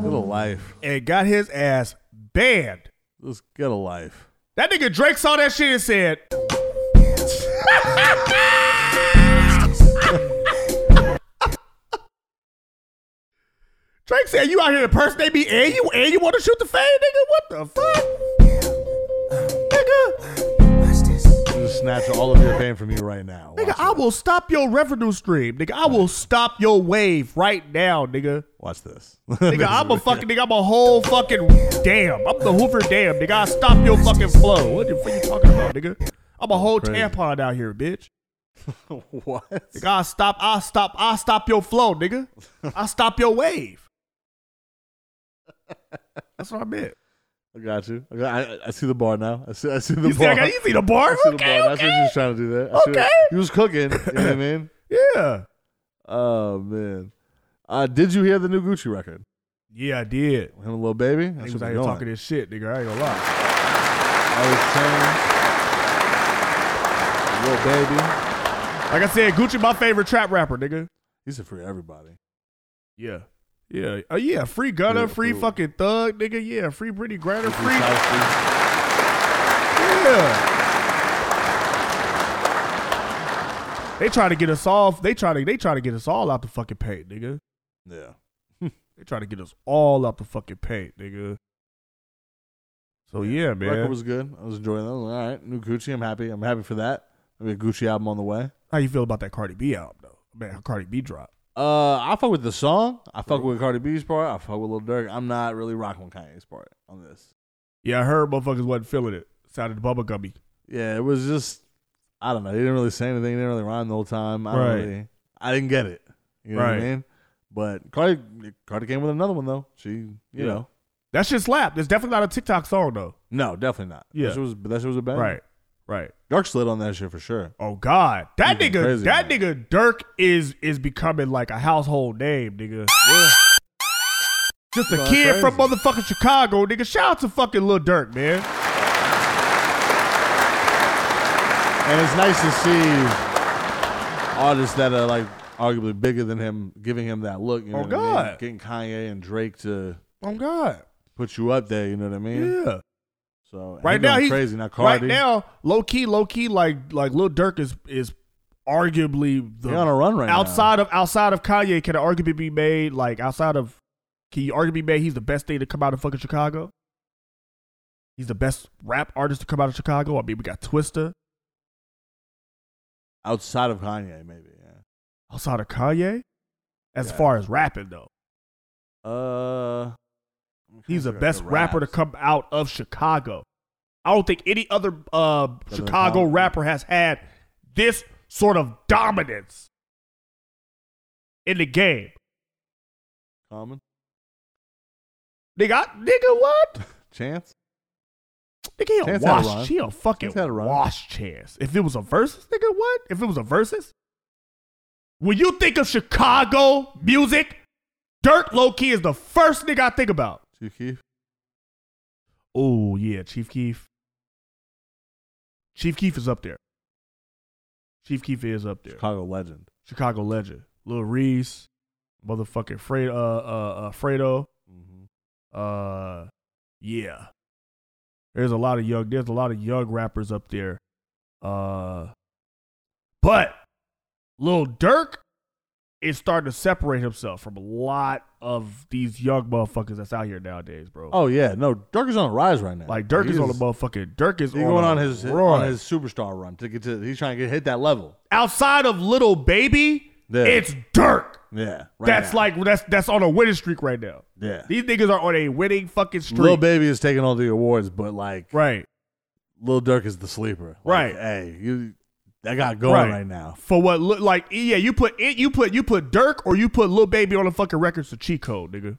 D: Get a life.
B: And got his ass banned.
D: Let's get a life.
B: That nigga Drake saw that shit and said, [laughs] Drake said, "You out here to impersonate me, and you and you want to shoot the fade, nigga? What the fuck, nigga?
D: Just snatch all of your fame from you right now.
B: Nigga, I will stop your revenue stream, nigga. I will stop your wave right now, nigga.
D: Watch this.
B: [laughs] Nigga, I'm a fucking nigga. I'm a whole fucking dam. I'm the Hoover Dam, nigga. I stop your fucking flow. What the fuck you talking about, nigga? I'm a whole
D: Crazy.
B: tampon out here, bitch.
D: [laughs] what?
B: Nigga, I stop. I stop. I stop your flow, nigga. I stop your wave. That's what I meant.
D: I got you. I, got- I, I see the bar now. I see, I see [laughs] the
B: You see-
D: bar.
B: I got- you see the bar?
D: I
B: Okay,
D: see the bar. That's what
B: okay.
D: you was trying to do there. I see
B: Okay.
D: that. He was cooking. You know
B: [coughs]
D: what I mean?
B: Yeah.
D: Oh, man. Uh, did you hear the new Gucci record?
B: Yeah, I did.
D: Him and Lil Baby?
B: I
D: That's
B: was
D: what
B: out
D: we
B: here
D: going.
B: talking this shit, nigga. I ain't gonna lie.
D: I was saying, Lil Baby.
B: Like I said, Gucci, my favorite trap rapper, nigga.
D: He's a free everybody.
B: Yeah. Yeah. Oh, yeah. Free Gunna,
D: Yeah,
B: free
D: cool.
B: fucking Thug, nigga. Yeah. Free Brittany Griner,
D: Free
B: free.
D: Shiesty.
B: Yeah. They try to get us off. They try to. They try to get us all out the fucking paint, nigga.
D: Yeah.
B: They try to get us all out the fucking paint, nigga. So yeah,
D: Record
B: man.
D: was good. I was enjoying that. I was like, all right, new Gucci. I'm happy. I'm happy for that. Maybe a Gucci album on the way.
B: How you feel about that Cardi B album though? Man, Cardi B drop.
D: Uh, I fuck with the song. I fuck with Cardi B's part. I fuck with Lil Durk. I'm not really rocking with Kanye's part on this.
B: Yeah, I heard motherfuckers wasn't feeling it. Sounded bubblegummy.
D: Yeah, it was just I don't know. He didn't really say anything. He didn't really rhyme the whole time. I don't
B: Right.
D: really, I didn't get it. You know what I
B: Right.
D: mean? But Cardi Cardi came with another one though. She, you
B: Yeah.
D: know,
B: That shit slapped. It's definitely not a TikTok song though.
D: no, definitely not.
B: Yeah.
D: that shit was that shit was a bad.
B: Right. Right.
D: Dark slid on that shit for sure.
B: Oh God, that
D: He's been
B: nigga,
D: crazy,
B: that
D: man.
B: nigga Dirk is is becoming like a household name, nigga. Just a
D: Going
B: kid
D: crazy.
B: from motherfucking Chicago, nigga. Shout out to fucking Lil Dirk, man.
D: And it's nice to see artists that are like arguably bigger than him giving him that look. You know
B: Oh,
D: what I mean?
B: God.
D: Getting Kanye and Drake to
B: Oh God,
D: put you up there. You know what I mean?
B: yeah.
D: So
B: Right
D: him
B: now
D: going
B: he's
D: crazy. Now Cardi,
B: Right now, low key, low key, like like Lil Dirk is is arguably the
D: He on a run right now.
B: outside of outside of Kanye. Can an argument be made like outside of? Can you arguably made he's the best thing to come out of fucking Chicago? He's the best rap artist to come out of Chicago. I mean, we got Twista.
D: outside of Kanye, maybe. Yeah.
B: outside of Kanye, as
D: Yeah.
B: far as rapping though.
D: Uh,
B: He's the
D: Kanye
B: best rapper to
D: raps.
B: come out of Chicago. I don't think any other uh,
D: than
B: Chicago
D: Kanye.
B: rapper has had this sort of dominance in the game.
D: Common
B: Nigga, I, nigga, what?
D: Chance.
B: Nigga, he a
D: Chance had a run.
B: wash. He a fucking
D: Chance had a run.
B: wash chance. If it was a versus, nigga, what? If it was a versus, when you think of Chicago music, Dirk Lowkey is the first nigga I think about.
D: Chief Keef.
B: Oh yeah, Chief Keef. Chief Keef is up there. Chief Keef is up there. Chicago,
D: Chicago legend.
B: legend, Lil Reese, motherfucking Fred, uh, uh, uh, Fredo.
D: Mm-hmm.
B: Uh, yeah. There's a lot of young. There's a lot of young rappers up there. Uh, but Lil Durk is starting to separate himself from a lot of these young motherfuckers that's out here nowadays, bro.
D: Oh yeah, no, Dirk is on the rise right now.
B: Like Dirk is on the
D: He's-
B: motherfucking Dirk is
D: He's
B: on
D: going
B: a
D: on his
B: run.
D: on his superstar run to get to. He's trying to get hit that level.
B: outside of little baby.
D: Yeah.
B: It's Dirk.
D: Yeah, right
B: that's
D: now.
B: like that's that's on a winning streak right now.
D: yeah.
B: These niggas are on a winning fucking streak.
D: Lil Baby is taking all the awards, but like
B: Right.
D: Lil Durk is the sleeper. Like,
B: Right.
D: Hey, you that got going
B: Right.
D: right, now.
B: For what look like yeah, you put it you put you put Dirk or you put Lil Baby on the fucking records to cheat code, nigga.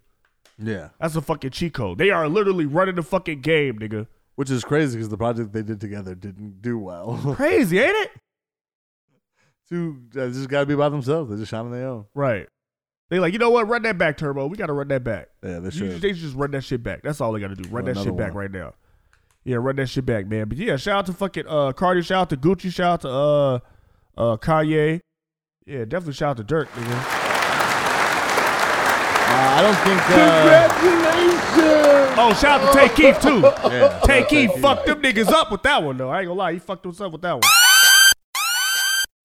D: Yeah.
B: That's a fucking cheat code. They are literally running the fucking game, nigga.
D: Which is crazy because the project they did together didn't do well. [laughs]
B: Crazy, ain't it?
D: Two they just gotta be by themselves. They just shine on their own.
B: Right. They like, you know what? Run that back, Turbo. We gotta run that back.
D: Yeah, they
B: You-
D: should.
B: they just run that shit back. That's all they got to do. Run
D: Oh,
B: that
D: another
B: shit back
D: one.
B: right now. Yeah, run that shit back, man. But yeah, shout out to fucking uh Cardi, shout out to Gucci, shout out to uh uh Kanye. Yeah, definitely shout out to Dirk, nigga.
D: I don't think. uh,
B: Congratulations! Oh, shout out to Tay Keith too.
D: [laughs] Yeah,
B: Tay
D: Tay
B: Keith
D: Keith.
B: fucked them niggas up with that one though. I ain't gonna lie, he fucked us up with that one.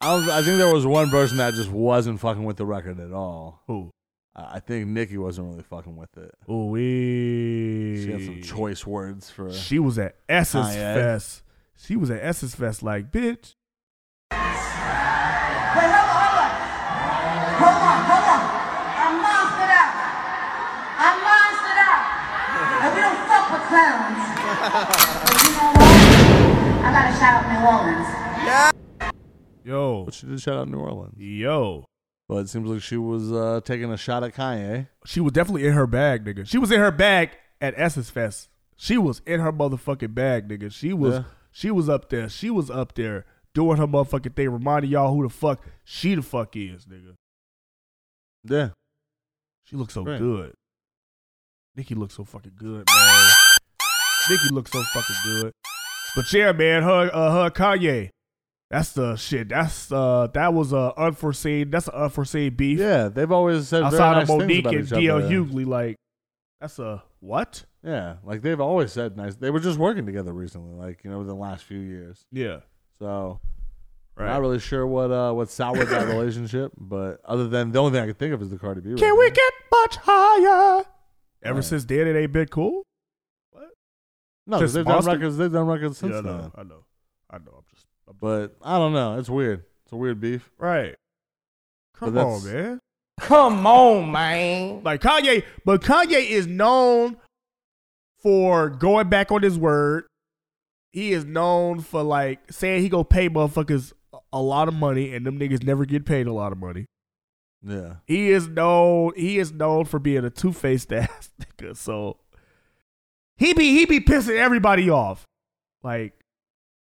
D: I, was, I think there was one person that just wasn't fucking with the record at all.
B: Who?
D: I I think Nikki wasn't really fucking with it.
B: Ooh, we.
D: She had some choice words for.
B: She was at Essence
D: Kanye.
B: Fest. She was at Essence Fest, like bitch.
L: Hold on, hold on. I'm monstered out. I'm monstered out. And we don't fuck with clowns. but you know what? I gotta shout out New Orleans. Yeah.
B: Yo,
D: but she did shout out New Orleans.
B: Yo,
D: but it seems like she was uh, taking a shot at Kanye.
B: She was definitely in her bag, nigga. She was in her bag at Essence Fest. She was in her motherfucking bag, nigga. She was
D: Yeah.
B: she was up there. She was up there doing her motherfucking thing, reminding y'all who the fuck she the fuck is, nigga.
D: Yeah.
B: She looks so
D: Right.
B: good. Nikki looks so fucking good, man. Nikki looks so fucking good. But yeah, man, her uh, her Kanye. That's the shit. That's uh that was a unforeseen. That's an unforeseen beef.
D: Yeah, they've always said very
B: outside
D: nice
B: of
D: things
B: Monique
D: about
B: and
D: each other.
B: DL Hughley, like that's a what?
D: Yeah, like they've always said nice. They were just working together recently, like you know, within the last few years.
B: Yeah.
D: So,
B: Right.
D: not really sure what uh what soured that relationship, but other than the only thing I can think of is the Cardi B. record.
B: Can we get much higher? Ever
D: Right.
B: since then, it ain't been cool.
D: No, 'cause
B: Since
D: they've done
B: Monster?
D: records. They've done records since
B: Yeah, I know,
D: then.
B: I know. I know. I'm just.
D: But I don't know. It's weird. It's a weird beef.
B: Right.
D: But
B: Come
D: that's-
B: on, man. Come on, man. Like Kanye, but Kanye is known for going back on his word. He is known for like saying he gonna pay motherfuckers a- a lot of money, and them niggas never get paid a lot of money.
D: Yeah.
B: He is known. He is known for being a two faced [laughs] ass nigga. So he be he be pissing everybody off. Like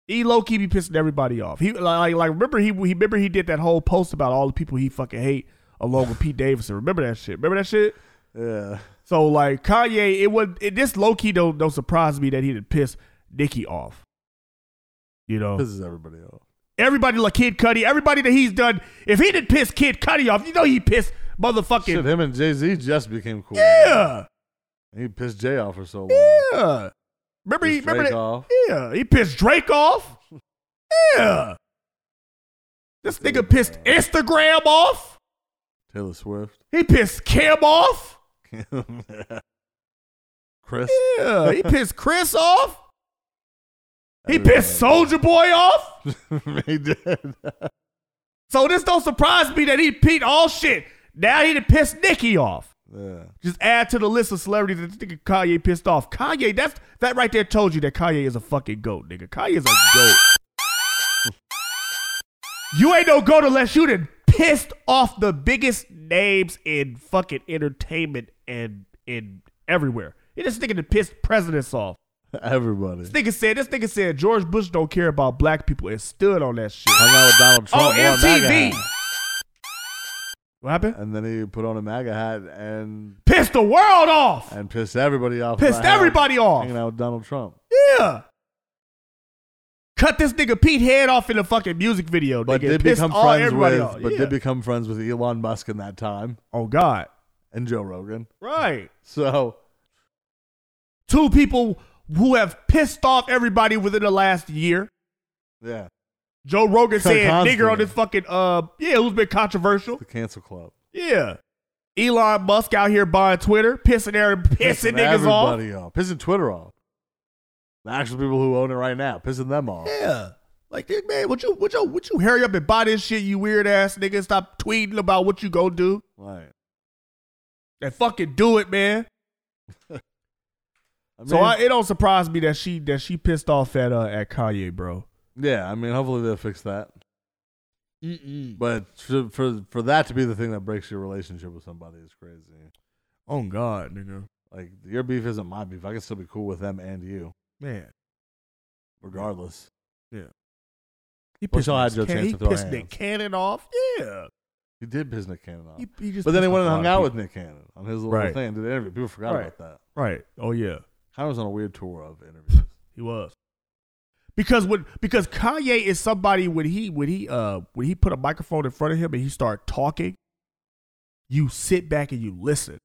B: he low key be pissing everybody off. He like like remember he he remember he did that whole post about all the people he fucking hate along with Pete Davidson. Remember that shit. Remember that shit.
D: Yeah. [laughs]
B: So like Kanye, it would it, this low key don't don't surprise me that he did piss Nicki off. You know,
D: This is everybody else.
B: Everybody like Kid Cudi, everybody that he's done. If he didn't piss Kid Cudi off, you know he pissed motherfucking
D: Shit, him and Jay Z just became cool.
B: yeah.
D: He pissed Jay off for so long.
B: Yeah. Remember he
D: Pissed
B: remember
D: Drake
B: that,
D: off.
B: Yeah, he pissed Drake off. Yeah. This nigga pissed Instagram off.
D: Taylor Swift. [laughs]
B: He pissed Kim off.
D: Chris.
B: Yeah,
D: [laughs]
B: he pissed Chris off. He pissed Soldier Boy
D: [laughs]
B: off.
D: he did.
B: So this don't surprise me that he peed all shit. Now he done pissed Nicki off.
D: Yeah.
B: Just add to the list of celebrities that nigga Kanye pissed off. Kanye, that's that right there told you that Kanye is a fucking goat, nigga. Kanye is a goat. you ain't no goat unless you done pissed off the biggest names in fucking entertainment and in everywhere. He just nigga done pissed presidents off.
D: Everybody.
B: This nigga said this nigga said George Bush don't care about black people and stood on that shit.
D: Hung out with Donald Trump.
B: Oh,
D: wore a MAGA
B: MTV.
D: hat.
B: What happened?
D: And then he put on a MAGA hat and
B: Pissed the world off.
D: and pissed everybody off.
B: Pissed
D: by hanging-
B: everybody off.
D: Hanging out with Donald Trump.
B: Yeah. Cut this nigga Pete head off in a fucking music video.
D: But
B: nigga.
D: did
B: Pissed
D: become
B: all
D: friends
B: everybody
D: with
B: off.
D: but
B: Yeah.
D: did become friends with Elon Musk in that time.
B: Oh God.
D: And Joe Rogan.
B: Right.
D: So
B: Two people who have pissed off everybody within the last year.
D: yeah.
B: Joe Rogan
D: Con-
B: saying nigger
D: constantly.
B: on this fucking uh yeah, who's been controversial.
D: The cancel club.
B: Yeah. Elon Musk out here buying Twitter, pissing air, pissing, niggas off.
D: everybody off. Pissing Twitter off. The actual people who own it right now, pissing them off.
B: Yeah. Like dude, man, would you would you would you hurry up and buy this shit, you weird ass nigga? Stop tweeting about what you gonna do.
D: Right.
B: And fucking do it, man.
D: I
B: so
D: mean-
B: I, it don't surprise me that she that she pissed off at uh, at Kanye, bro.
D: Yeah, I mean, hopefully they'll fix that.
B: Mm-mm.
D: But for, for for that to be the thing that breaks your relationship with somebody is crazy.
B: Oh God, nigga,
D: Like your beef isn't my beef. I can still be cool with them and you,
B: man.
D: regardless.
B: Yeah.
D: He pissed y'all had
B: Nick
D: your
B: Cannon-
D: chance
B: he
D: to throw
B: pissed
D: hands.
B: Nick Cannon off. Yeah,
D: He did piss Nick Cannon off.
B: He- he just
D: but then he
B: pissed off
D: went and
B: a
D: hung
B: lot of
D: out with
B: people.
D: Nick Cannon on his little
B: Right.
D: thing, did an interview. People forgot
B: Right.
D: about that.
B: right. Oh yeah,
D: Connor was on a weird tour of interviews.
B: He was. Because when because Kanye is somebody when he when he uh when he put a microphone in front of him and he start talking, you sit back and you listen.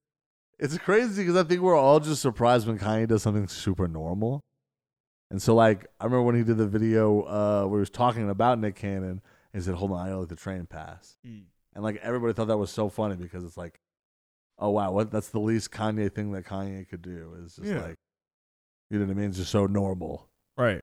D: It's crazy because I think we're all just surprised when Kanye does something super normal. And so, like, I remember when he did the video uh, where he was talking about Nick Cannon and he said, Hold on, I gotta let the train pass.
B: Mm.
D: And, like, everybody thought that was so funny because it's like, Oh, wow, what, that's the least Kanye thing that Kanye could do. Is just
B: Yeah.
D: like, you know what I mean? It's just so normal. [laughs]
B: Right.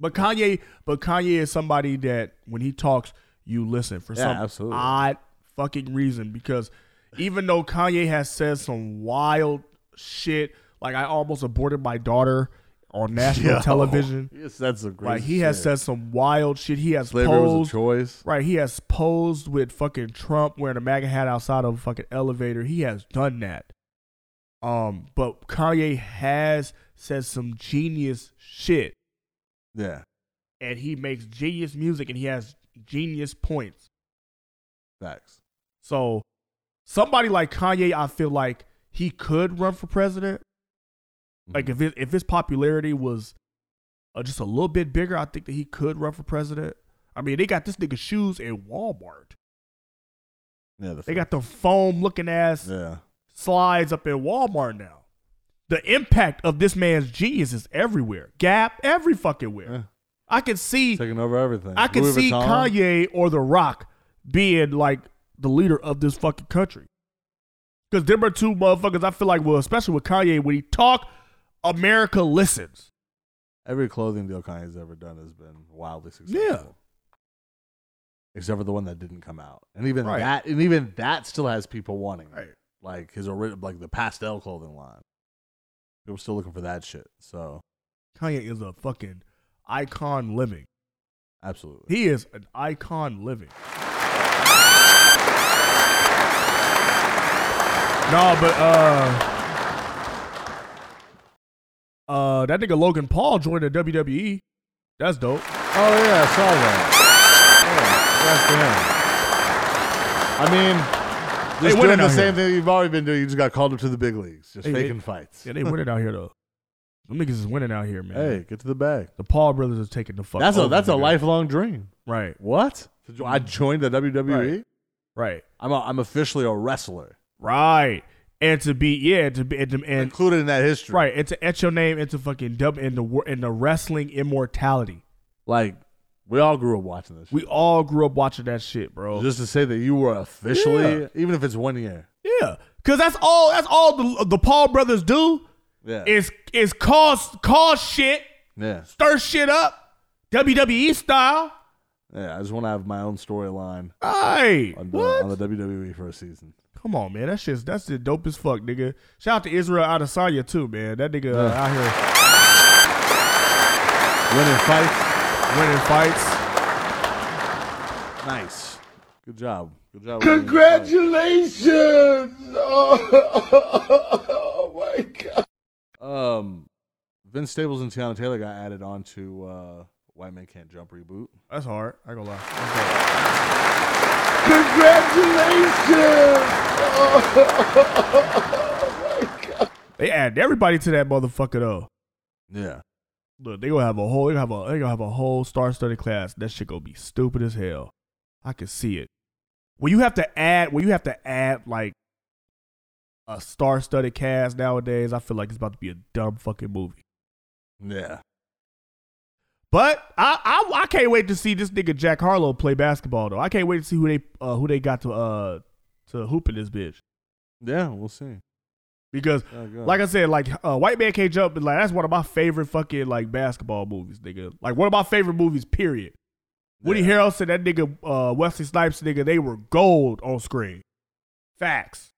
B: But Kanye, but Kanye is somebody that when he talks, you listen for
D: Yeah,
B: some
D: absolutely.
B: odd fucking reason. Because even though Kanye has said some wild shit, like I almost aborted my daughter on national
D: [laughs] Yo,
B: television.
D: He has said some great
B: Like he has
D: shit.
B: said some wild shit. He has
D: Slavery was a
B: posed,
D: choice.
B: Right. He has posed with fucking Trump wearing a MAGA hat outside of a fucking elevator. He has done that. Um, but Kanye has said some genius shit.
D: Yeah.
B: And he makes genius music and he has genius points.
D: Facts.
B: So somebody like Kanye, I feel like he could run for president. Like if it, if his popularity was uh, just a little bit bigger, I think that he could run for president. I mean, they got this nigga shoes at Walmart.
D: Yeah, the
B: They got the foam looking ass [laughs]
D: Yeah.
B: slides up at Walmart now. The impact of this man's genius is everywhere. Gap, every fucking where. I can see
D: taking over everything.
B: I can
D: Louis
B: see
D: Vuitton.
B: Kanye or The Rock being like the leader of this fucking country. Because there are two motherfuckers I feel like, well, especially with Kanye, when he talk, America listens.
D: Every clothing deal Kanye's ever done has been wildly successful. Yeah. Except for the one that didn't come out, and even
B: Right.
D: that, and even that still has people wanting it. Like his ori- like the pastel clothing line. People still looking for that shit. So
B: Kanye is a fucking icon living.
D: absolutely,
B: He is an icon living. No, but uh uh that nigga Logan Paul joined the WWE. That's dope.
D: Oh yeah, I saw that. I mean,
B: They
D: just
B: winning
D: doing
B: out
D: the
B: here.
D: same thing you've already been doing. You just got called up to the big leagues, just
B: Hey, they-
D: faking fights.
B: Yeah, they winning out here though. Them niggas is winning out here, man.
D: Hey, get to the bag.
B: The Paul brothers are taking the fuck.
D: That's a
B: over,
D: that's a
B: nigga.
D: lifelong dream.
B: Right.
D: What? To jo- I joined the WWE.
B: Right. Right.
D: I'm a, I'm officially a wrestler.
B: Right. And to be yeah, to be and, to, and
D: included in that history.
B: Right. And to etch your name into fucking dub in the wor- in the wrestling immortality.
D: Like we all grew up watching this.
B: We all grew up watching that shit, bro.
D: Just to say that you were officially,
B: Yeah.
D: even if it's one year.
B: Yeah, cause that's all that's all the the Paul brothers do
D: Yeah.
B: is is cause cause shit,
D: yeah.
B: stir shit up, WWE style.
D: Yeah. I just want to have my own storyline
B: Hey,
D: on, the-
B: what?
D: on the WWE for a season.
B: Come on, man. That shit's that's the dope as fuck, nigga. Shout out to Israel Adesanya too, man. That nigga uh,
D: Yeah.
B: out here
D: Winning
B: winning fights.
D: fights. Nice. Good job. Good job. winning the fight.
G: Congratulations! [laughs] Oh, my God.
D: Um, Vince Staples and Tiana Taylor got added on to uh, White Men Can't Jump reboot.
B: That's hard. I ain't gonna lie. That's hard.
G: Congratulations!
B: They add everybody to that motherfucker though.
D: Yeah.
B: Look, they gonna have a whole they gonna have a they gonna have a whole star study class. That shit gonna be stupid as hell. I can see it. When you have to add when you have to add like a star studded cast nowadays, I feel like it's about to be a dumb fucking movie.
D: Yeah.
B: But I, I I can't wait to see this nigga Jack Harlow play basketball though. I can't wait to see who they uh, who they got to uh to hoop in this bitch
D: Yeah. We'll see.
B: because
D: Yeah, go.
B: like I said like uh, White Man Can't Jump is like that's one of my favorite fucking like basketball movies nigga like one of my favorite movies period. Woody
D: Yeah.
B: Harrelson that nigga uh, Wesley Snipes nigga they were gold on screen. Facts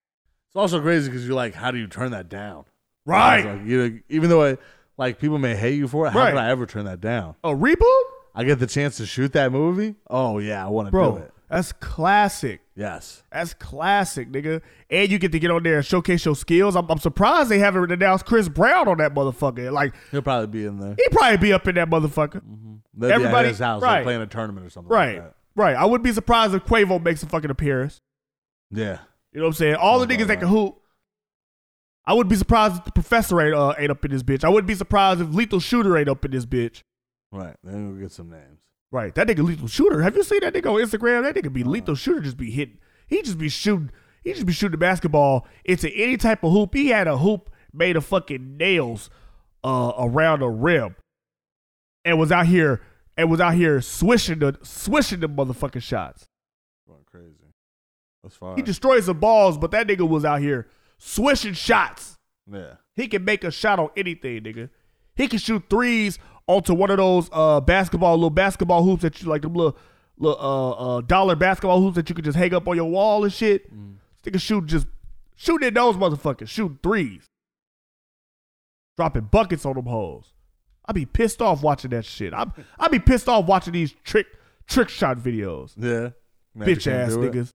D: It's also crazy because you're like, how do you turn that down?
B: right
D: It's Like, you know, even though I, like people may hate you for it, how
B: Right.
D: could I ever turn that down?
B: a reboot
D: I get the chance to shoot that movie. Oh yeah, I want to do
B: bro
D: it.
B: that's classic
D: Yes.
B: That's classic, nigga. And you get to get on there and showcase your skills. I'm, I'm surprised they haven't announced Chris Brown on that motherfucker. Like
D: He'll probably be in there.
B: he'd probably be up in that motherfucker,
D: Mm-hmm. They'll be
B: Everybody-
D: at his house,
B: right.
D: like playing a tournament or something.
B: right?
D: Like that.
B: Right. I wouldn't be surprised if Quavo makes a fucking appearance.
D: Yeah.
B: You know what I'm saying? All the niggas that can hoop. I would be surprised if the professor ate, uh, ate up in this bitch. I wouldn't be surprised if Lethal Shooter ate up in this bitch.
D: Right. Then we'll get some names.
B: Right. That nigga Lethal Shooter. Have you seen that nigga on Instagram? That nigga be Lethal Shooter just be hitting. He just be shooting. He just be shooting basketball into any type of hoop. He had a hoop made of fucking nails uh, around a rim, and was out here and was out here swishing the swishing the motherfucking shots.
D: Going crazy. That's fine.
B: He destroys the balls, but that nigga was out here swishing shots.
D: Yeah.
B: He can make a shot on anything, nigga. He can shoot threes onto one of those uh basketball little basketball hoops that you like them little little uh, uh dollar basketball hoops that you can just hang up on your wall and shit.
D: Mm.
B: This Nigga shoot just shooting at those motherfuckers, shooting threes. Dropping buckets on them hoes. I'd be pissed off watching that shit. I'd I'd be pissed off watching these trick trick shot videos.
D: Yeah. Man, you
B: Bitch
D: can't
B: ass
D: do it.
B: niggas.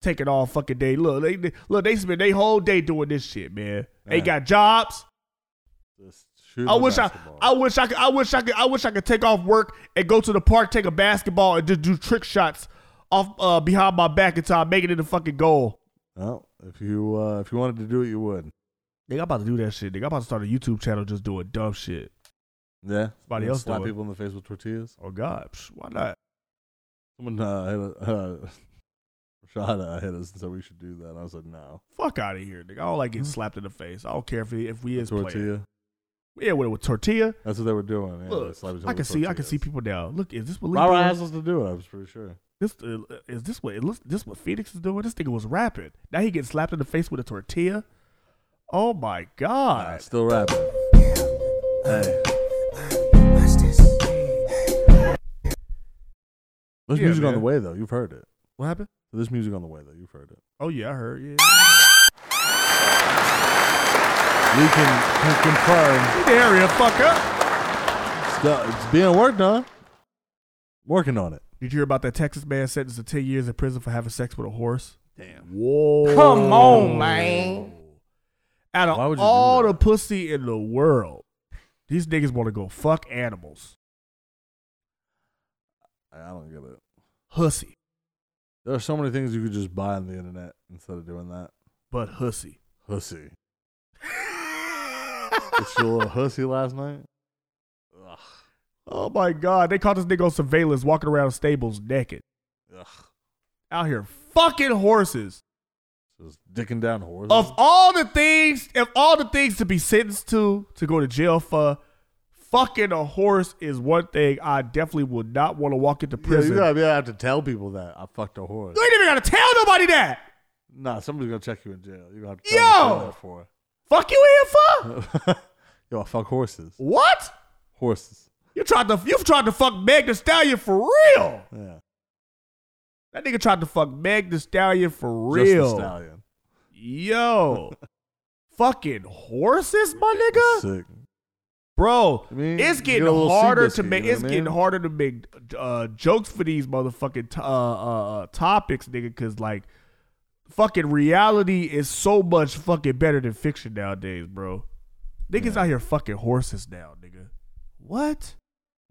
B: Taking all fucking day. Look, they, they- look, they spend their whole day doing this shit, man. They
D: Yeah.
B: got jobs.
D: Shooting
B: I wish
D: basketball.
B: I, I wish I could, I wish I could, I wish I could take off work and go to the park, take a basketball, and just do trick shots off uh, behind my back until I make it in the fucking goal.
D: Well, if you uh, if you wanted to do it, you would.
B: Nigga, I'm about to do that shit. Nigga, I'm about to start a YouTube channel just doing dumb shit.
D: Yeah.
B: Somebody
D: You
B: else
D: slap
B: do it.
D: people in the face with tortillas.
B: Oh God, psh, why not?
D: Someone uh, hit a, [laughs] uh, Rashad uh, hit us and said we should do that. And I was like, no.
B: Fuck out of here, nigga. I don't like getting slapped in the face. I don't care if we, if we is
D: Mm-hmm. tortilla.
B: playing. Yeah, with with tortilla.
D: That's what they were doing. Yeah,
B: Look, I can see, I can see people now. Look, is this what
D: Rara
B: Leapon-
D: asked us to do it. I was pretty sure.
B: This uh, is this what it looks- this what Phoenix is doing. This nigga was rapping. Now he gets slapped in the face with a tortilla. Oh my god!
D: still rapping. Hey. There's
B: Yeah,
D: music on
B: man.
D: the way though. You've heard it.
B: What happened?
D: There's music on the way though. You've heard it.
B: Oh yeah, I heard. Yeah.
D: You can, can confirm.
B: Get the area fuck up.
D: It's, go- it's being worked on. Working on it.
B: Did you hear about that Texas man sentenced to ten years in prison for having sex with a horse?
D: Damn.
B: Whoa!
J: Come on, man.
B: Out of
D: Why would you do
B: all the pussy in the world, these niggas want to go fuck animals.
D: I I don't get it.
B: Hussy,
D: There are so many things you could just buy on the internet instead of doing that.
B: but
D: [laughs]
B: hussy.
D: Hussy. It's your [laughs] little hussy last night. Ugh.
B: Oh my god! They caught this nigga on surveillance walking around stables naked.
D: Ugh.
B: out here fucking horses.
D: Just dicking down horses.
B: Of all the things, of all the things to be sentenced to, to go to jail for, fucking a horse is one thing I definitely would not want to walk into
D: yeah, you
B: prison.
D: gotta be able to tell people that I fucked a horse.
B: You ain't even gotta tell nobody that.
D: Nah, somebody's gonna check you in jail. You gonna have to tell
B: Yo!
D: them what
B: Fuck you here for?
D: you're there for. [laughs] Yo, I fuck horses.
B: What?
D: Horses.
B: You tried to you've tried to fuck Meg the Stallion for real.
D: Yeah.
B: That nigga tried to fuck Meg the Stallion for
D: Just a
B: real.
D: stallion. [laughs]
B: Yo. fucking horses, my nigga?
D: Sick.
B: Bro,
D: I mean,
B: it's
D: you
B: getting
D: get a little
B: harder to
D: sea biscuit,
B: make.
D: you know
B: It's
D: what I
B: getting
D: mean?
B: harder to make uh, jokes for these motherfucking t- uh, uh, uh, topics, nigga. Because like, fucking reality is so much fucking better than fiction nowadays, bro. Niggas out here fucking horses now, nigga. What?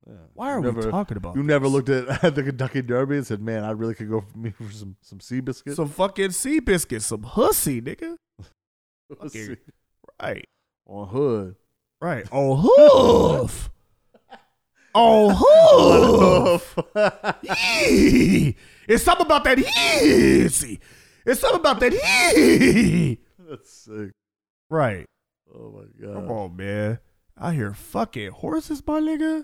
D: Yeah.
B: Why are
D: You
B: we talking about
D: You never
B: this?
D: looked at, [laughs] at the Kentucky Derby and said, "Man, I really could go for me for some some sea biscuit."
B: Some fucking sea biscuit, some hussy, nigga.
D: Hussy.
B: fucking- Right,
D: on hood.
B: right.
D: [laughs]
B: On hoof. On hoof.
D: [laughs]
B: Yee. It's something about that hissy. It's something about that hee.
D: That's sick.
B: Right.
D: Oh my god.
B: Come on, man. I hear fucking horses, my nigga.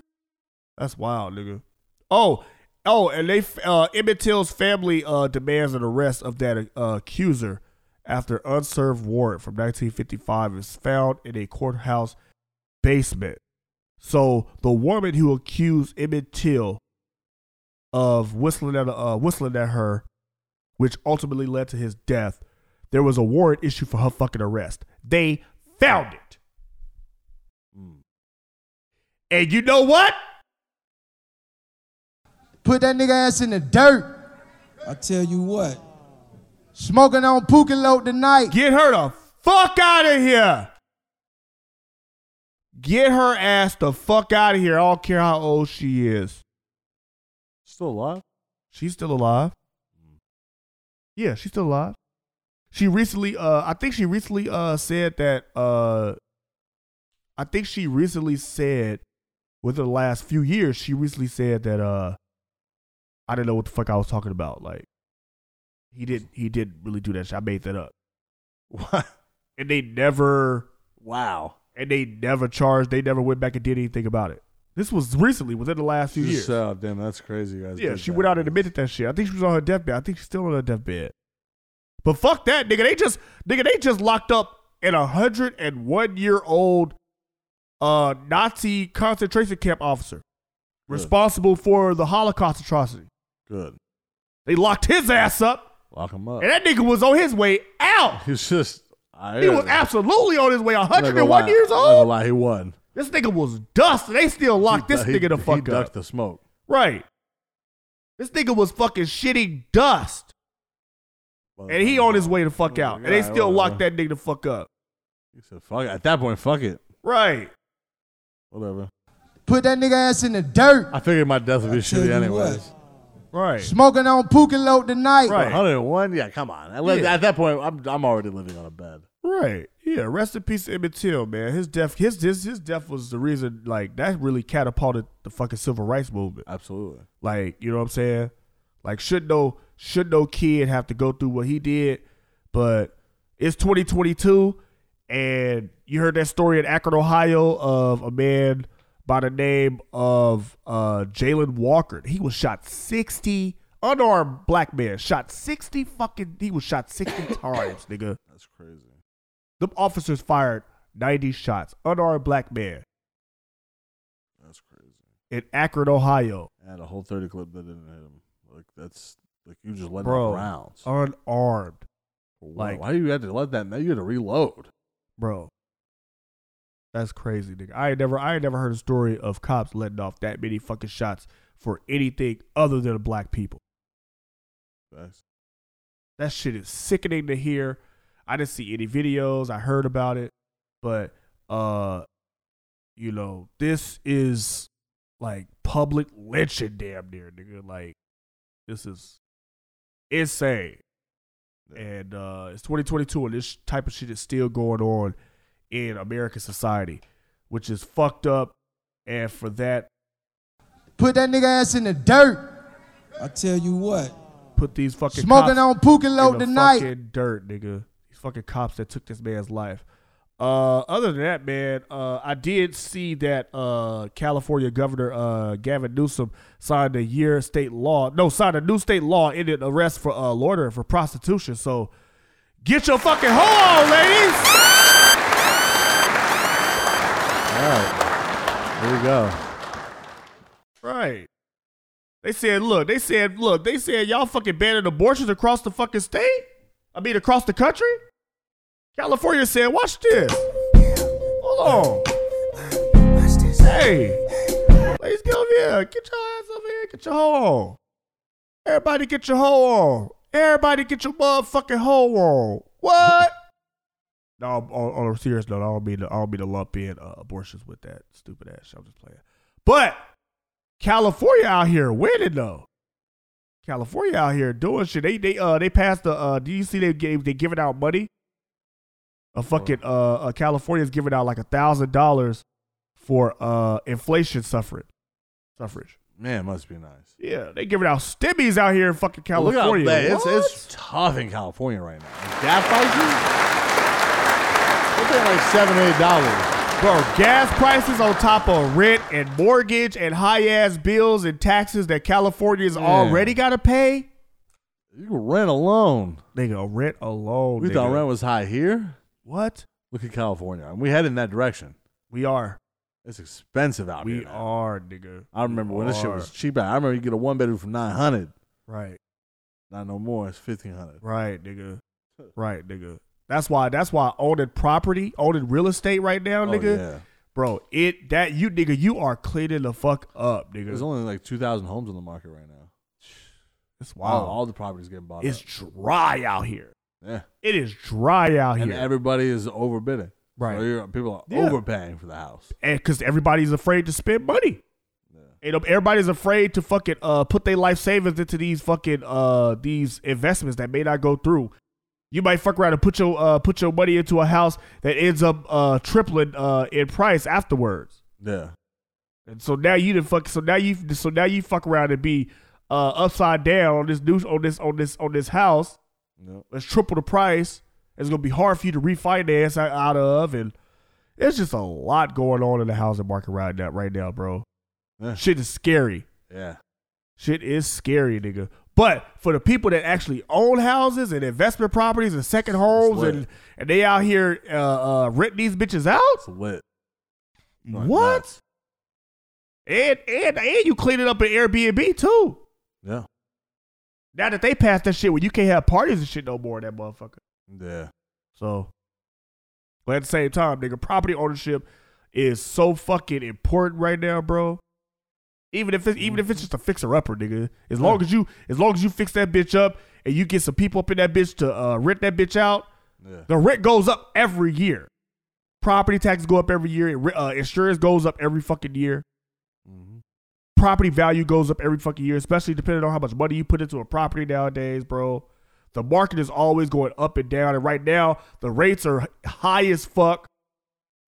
B: That's wild, nigga. Oh, oh, and they uh, Emmett Till's family uh, demands an arrest of that uh, accuser after unserved warrant from 1955 is found in a courthouse basement. So the woman who accused Emmett Till of whistling at uh, whistling at her, which ultimately led to his death, there was a warrant issued for her fucking arrest. They found it.
D: Mm.
B: And you know what?
H: Put that nigga ass in the dirt.
M: I tell you what,
H: Smoking on Pookie Load tonight.
B: Get her the fuck out of here. Get her ass the fuck out of here. I don't care how old she is.
D: Still alive?
B: She's still alive. Yeah, she's still alive. She recently, uh, I think she recently uh, said that. Uh, I think she recently said, with the last few years, she recently said that uh, I didn't know what the fuck I was talking about. Like, he did, he did really do that. shit. I made that up. [laughs] What? And they never.
D: Wow.
B: And they never charged. They never went back and did anything about it. This was recently, within the last few years.
D: Just, uh, damn, that's crazy, you guys.
B: Yeah,
D: did
B: she
D: that.
B: went out and admitted that shit. I think she was on her deathbed. I think she's still on her deathbed. But fuck that, nigga. They just nigga, they just locked up an hundred and one year old uh Nazi concentration camp officer responsible for the Holocaust atrocity.
D: Good.
B: They locked his ass up.
D: Lock him up.
B: And that nigga was on his way out.
D: He was just. I,
B: He was absolutely on his way. 101 years
D: i
B: old.
D: he won.
B: This nigga was dust. They still locked this
D: He-
B: nigga the
D: he
B: fuck up.
D: ducked the smoke.
B: Right. This nigga was fucking shitting dust. And he on his way to fuck out. And they
D: Oh God, uh,
B: still
D: what-
B: locked that nigga the fuck up.
D: He said, "Fuck it." At that point, fuck it.
B: Right.
D: Whatever.
H: Put that nigga ass in the dirt.
D: I figured my death would be shitty anyways.
B: Right.
H: Smoking on Pookin' Load tonight.
D: 101. Yeah, come on. I lived-
B: Yeah.
D: At that point, I'm I'm already living on a bed.
B: Right. Yeah. Rest in peace, to Emmett Till, man. His death, his his his death was the reason. Like that really catapulted the fucking civil rights movement.
D: Absolutely.
B: Like you know what I'm saying? Like should no should no kid have to go through what he did? But it's 2022, and you heard that story in Akron, Ohio, of a man by the name of uh, Jalen Walker. He was shot 60 unarmed black man shot 60 fucking. He was shot
D: [coughs]
B: 60 times, nigga.
D: That's crazy.
B: Them officers fired 90 shots, unarmed black man
D: That's crazy.
B: in Akron, Ohio.
D: I had a whole 30 clip that didn't hit him. Like that's like you just letting
B: Bro,
D: off rounds.
B: unarmed.
D: Why-
B: like-
D: why do you had to let that? Now you had to reload.
B: Bro, that's crazy, nigga. I ain't never, I ain't never heard a story of cops letting off that many fucking shots for anything other than black people.
D: Facts.
B: That shit is sickening to hear. I didn't see any videos. I heard about it, but uh, you know, this is like public lynching, damn near, nigga. Like, this is insane. And uh, it's 2022, and this type of shit is still going on in American society, which is fucked up. And for that,
H: Put that nigga ass in the dirt.
M: I tell you what.
B: put these fucking
H: Smoking
B: cops
H: on Puka
B: in
H: Load
B: the
H: tonight.
B: fucking dirt, nigga. These fucking cops that took this man's life. Uh, other than that, man, uh, I did see that uh, California Governor uh, Gavin Newsom signed a year state law. No, signed a new state law ended arrest for uh, loitering for prostitution. So get your fucking hoe on, ladies.
D: All right. Here we go.
B: Right. They said, look, they said, look, they said y'all fucking banning abortions across the fucking state? I mean, across the country? California said, watch this. Hold on. Hey, ladies, get over here. Get your ass over here. Get your hoe on. Everybody get your hoe on. Everybody get your motherfucking hoe on. What? No, on, on a serious note, I don't mean to, I don't mean to lump in uh, abortions with that stupid ass. shit. I'm just playing. But California out here winning though. California out here doing shit. They they uh they passed the uh. Do you see they gave they giving out money? A fucking uh, uh California's giving out like a thousand dollars for uh inflation suffrage. Suffrage.
D: Man, must be nice.
B: Yeah, they giving out stimmies out here in fucking
D: Look out,
B: California.
D: man, it's
B: What?
D: it's tough in California right now. Like, gas prices. We're paying like seven, eight dollars.
B: Bro, gas prices on top of rent and mortgage and high ass bills and taxes that California's already got to pay.
D: You can rent alone.
B: Nigga, rent alone.
D: We thought
B: nigga.
D: rent was high here.
B: What?
D: Look at California. And we head in that direction.
B: We are.
D: It's expensive out
B: We
D: here. now.
B: are, nigga.
D: I remember when this shit
B: are.
D: was cheap. I remember you get a one bedroom for nine hundred.
B: Right,
D: Not no more. It's fifteen hundred.
B: right,
D: [laughs]
B: nigga. Right, nigga. That's why. That's why owning property, owning real estate right now,
D: Oh,
B: nigga.
D: yeah.
B: Bro, it that you nigga, you are cleaning the fuck up,
D: There's
B: nigga.
D: only like two thousand homes on the market right now.
B: It's
D: All,
B: wild.
D: all the properties getting bought
B: it's
D: up.
B: dry out here.
D: Yeah.
B: It is dry out
D: And
B: here.
D: everybody is overbidding.
B: Right.
D: So you're- people are
B: Yeah.
D: overpaying for the house.
B: and because everybody's afraid to spend money. And um, everybody's afraid to fucking uh, put their life savings into these fucking uh, these investments that may not go through. You might fuck around and put your uh, put your money into a house that ends up uh, tripling uh, in price afterwards.
D: Yeah.
B: And so now you didn't fuck. So now you so now you fuck around and be uh, upside down on this new on this on this on this house.
D: No.
B: It's triple the price. It's gonna be hard for you to refinance out- out of, and it's just a lot going on in the housing market right now. Right now, bro. Shit is scary.
D: Yeah.
B: Shit is scary, nigga. But for the people that actually own houses and investment properties and second homes
D: lit.
B: and, and they out here uh, uh, renting these bitches out,
D: It's lit.
B: what? And and and you clean it up in Airbnb too.
D: Yeah.
B: Now that they passed that shit, where you can't have parties and shit no more, in that motherfucker.
D: Yeah.
B: So, but at the same time, nigga, property ownership is so fucking important right now, bro. Even if it's even if it's just a fixer upper, nigga. As long as you as long as you fix that bitch up and you get some people up in that bitch to uh, rent that bitch out,
D: Yeah.
B: the rent goes up every year. Property taxes go up every year. and re- Uh, insurance goes up every fucking year. Property value goes up every fucking year, especially depending on how much money you put into a property nowadays, bro. The market is always going up and down, and right now the rates are high as fuck.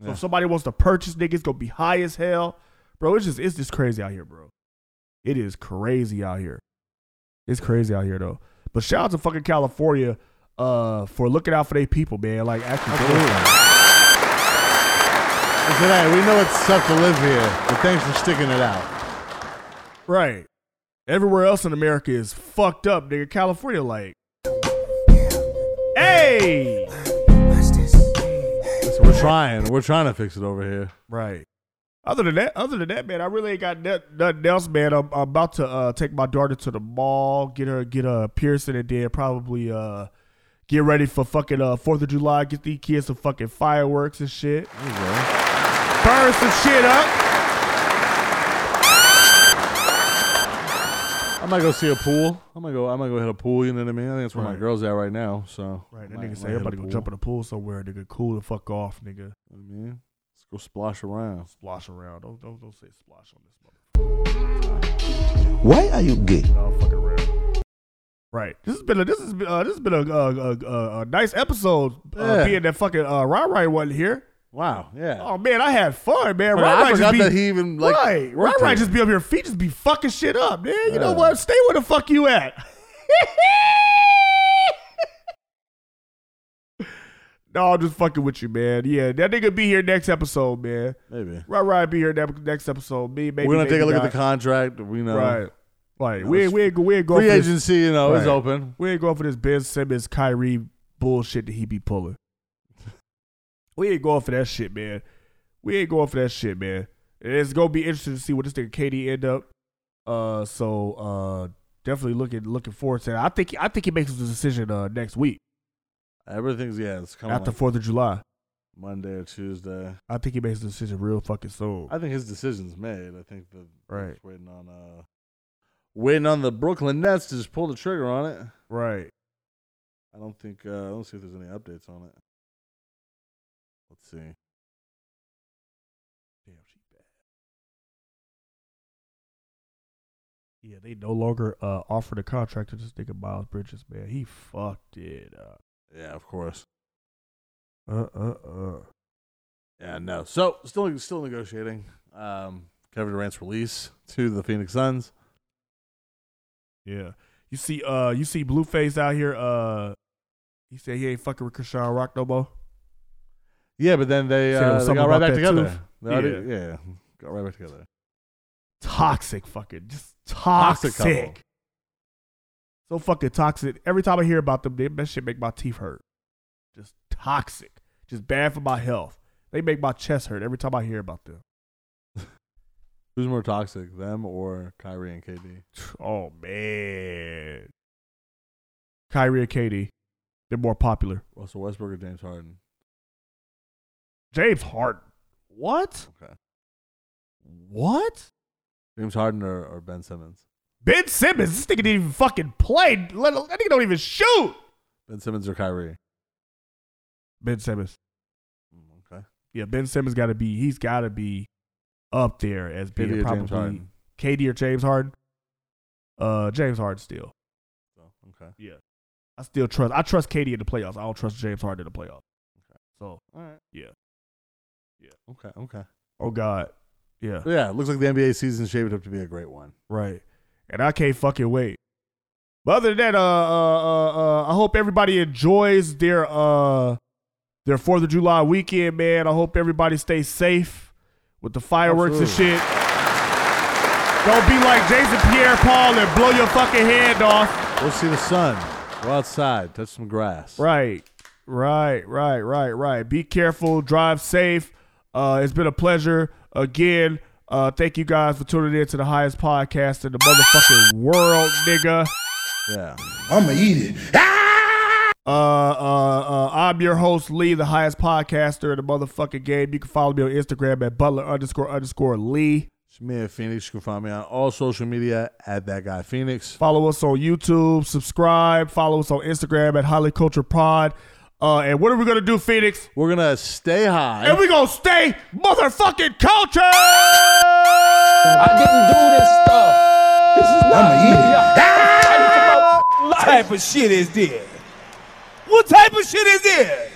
B: So
D: Yeah.
B: if somebody wants to purchase, niggas gonna be high as hell, bro. It's just it's just crazy out here, bro. It is crazy out here. It's crazy out here though. But shout out to fucking California uh, for looking out for their people, man. Like actually,
D: I said, hey, we know it sucks to live here, but thanks for sticking it out.
B: right. Everywhere else in America is fucked up, nigga. California, like, hey,
D: So we're trying. We're trying to fix it over here.
B: right. Other than that, other than that, man, I really ain't got noth- nothing else, man. I'm, I'm about to uh, take my daughter to the mall, get her get a piercing, and then probably uh, get ready for fucking uh, Fourth of July. Get these kids some fucking fireworks and shit. Burn some shit up.
D: I might go see a pool. I might go. I might go hit a pool. You know what I mean? I think that's where my
B: Right.
D: girl's at right now. So
B: Right, that
D: might-
B: nigga
D: might
B: say
D: hit a
B: everybody gonna
D: pool.
B: jump in the pool somewhere, nigga. Cool the fuck off, nigga.
D: You know what I mean, let's go splash around.
B: Splash around. Don't don't, don't say splash on this mother.
C: Why are you gay?
B: Don't fuck around. Right. This has been a this has been, uh, this has been a, a, a, a, a nice episode. Uh,
D: Yeah.
B: being that fucking uh, Rai Rai wasn't here.
D: Wow. Yeah.
B: Oh man, I had fun, man.
D: Fuck,
B: Rai
D: I
B: Rai just
D: forgot
B: be
D: that he even, like,
B: right. Rai
D: worked
B: Rai
D: here.
B: just be up here, feet just be fucking shit up, man. You know
D: Yeah.
B: what? Stay where the fuck you at. [laughs] no, I'm just fucking with you, man. Yeah, that nigga be here next episode, man.
D: Maybe.
B: Right, right. Be here ne- next episode. Me, maybe
D: We're gonna
B: maybe
D: take a look at
B: not.
D: the contract. We know.
B: Right. Like
D: No,
B: we ain't-
D: it's
B: we ain't, go- we ain't going
D: Free
B: for this-
D: agency, you know, is
B: Right.
D: open.
B: We ain't going for this Ben Simmons Kyrie bullshit that he be pulling. [laughs] we ain't going for that shit, man. We ain't going for that shit, man. And it's gonna be interesting to see what this nigga KD end up. Uh, so uh, definitely looking looking forward to that. I think I think he makes his decision uh next week
D: Everything's yeah. It's coming
B: after
D: like
B: Fourth of July.
D: Monday or Tuesday.
B: I think he makes his decision real fucking soon.
D: I think his decision's made. I think the
B: Right.
D: it's waiting on uh waiting on the Brooklyn Nets to just pull the trigger on it.
B: Right.
D: I don't think uh, I don't see if there's any updates on it. Let's see.
B: Damn, she bad. Yeah, they no longer uh, offered a contract to this nigga Miles Bridges, man. He fucked it up.
D: Yeah, of course.
B: Uh uh uh.
D: Yeah, no. So still still negotiating. Um, Kevin Durant's release to the Phoenix Suns.
B: Yeah. You see uh you see Blueface out here, uh he said he ain't fucking with Krishan Rock no more.
D: Yeah, but then they,
B: Said it was
D: uh, they
B: something
D: got right
B: about
D: back
B: that
D: together.
B: tooth.
D: They already- yeah, got right back together.
B: Toxic fucking just
D: Toxic
B: toxic.
D: couple.
B: so fucking toxic. Every time I hear about them, they- that shit make my teeth hurt. Just toxic. Just bad for my health. They make my chest hurt every time I hear about them.
D: Who's more toxic, them or Kyrie and KD?
B: Oh man. Kyrie and Katie, they're more popular.
D: Russell Westbrook or James Harden?
B: James Harden. What?
D: Okay.
B: What?
D: James Harden or, or Ben Simmons?
B: Ben Simmons, this nigga didn't even fucking play. Let, that nigga don't even shoot.
D: Ben Simmons or Kyrie?
B: Ben Simmons.
D: Mm, Okay.
B: Yeah, Ben Simmons got to be. He's got to be up there as being
D: KD or
B: probably
D: James Harden?
B: KD or James Harden. Uh, James Harden still.
D: So, okay.
B: Yeah. I still trust. I trust Katie in the playoffs. I don't trust James Harden in the playoffs. So, all right. Yeah.
D: Yeah. Okay. Okay.
B: Oh God. Yeah.
D: Yeah. It looks like the NBA season shaped up to be a great one.
B: Right. And I can't fucking wait. But other than that, uh, uh, uh, uh I hope everybody enjoys their uh their Fourth of July weekend, man. I hope everybody stays safe with the fireworks and shit. Don't be like Jason Pierre-Paul and blow your fucking head off.
D: We'll see the sun. Go outside. Touch some grass.
B: Right, right, right, right, right. Be careful. Drive safe. Uh, it's been a pleasure again. Uh, thank you guys for tuning in to the highest podcast in the motherfucking world, nigga.
D: Yeah.
B: I'ma eat it. Uh, uh, uh, I'm your host, Lee, the highest podcaster in the motherfucking game. You can follow me on Instagram at butler underscore underscore Lee.
D: Shamir Phoenix. You can find me on all social media at that guy Phoenix.
B: Follow us on YouTube. Subscribe. Follow us on Instagram at Highly Culture Pod. Uh, and what are we gonna do, Phoenix?
D: We're gonna stay high.
B: And we gonna stay motherfucking culture.
G: I didn't do this stuff. This is not me. I'm fighting for my life.
N: What type of shit is this? What type of shit is this?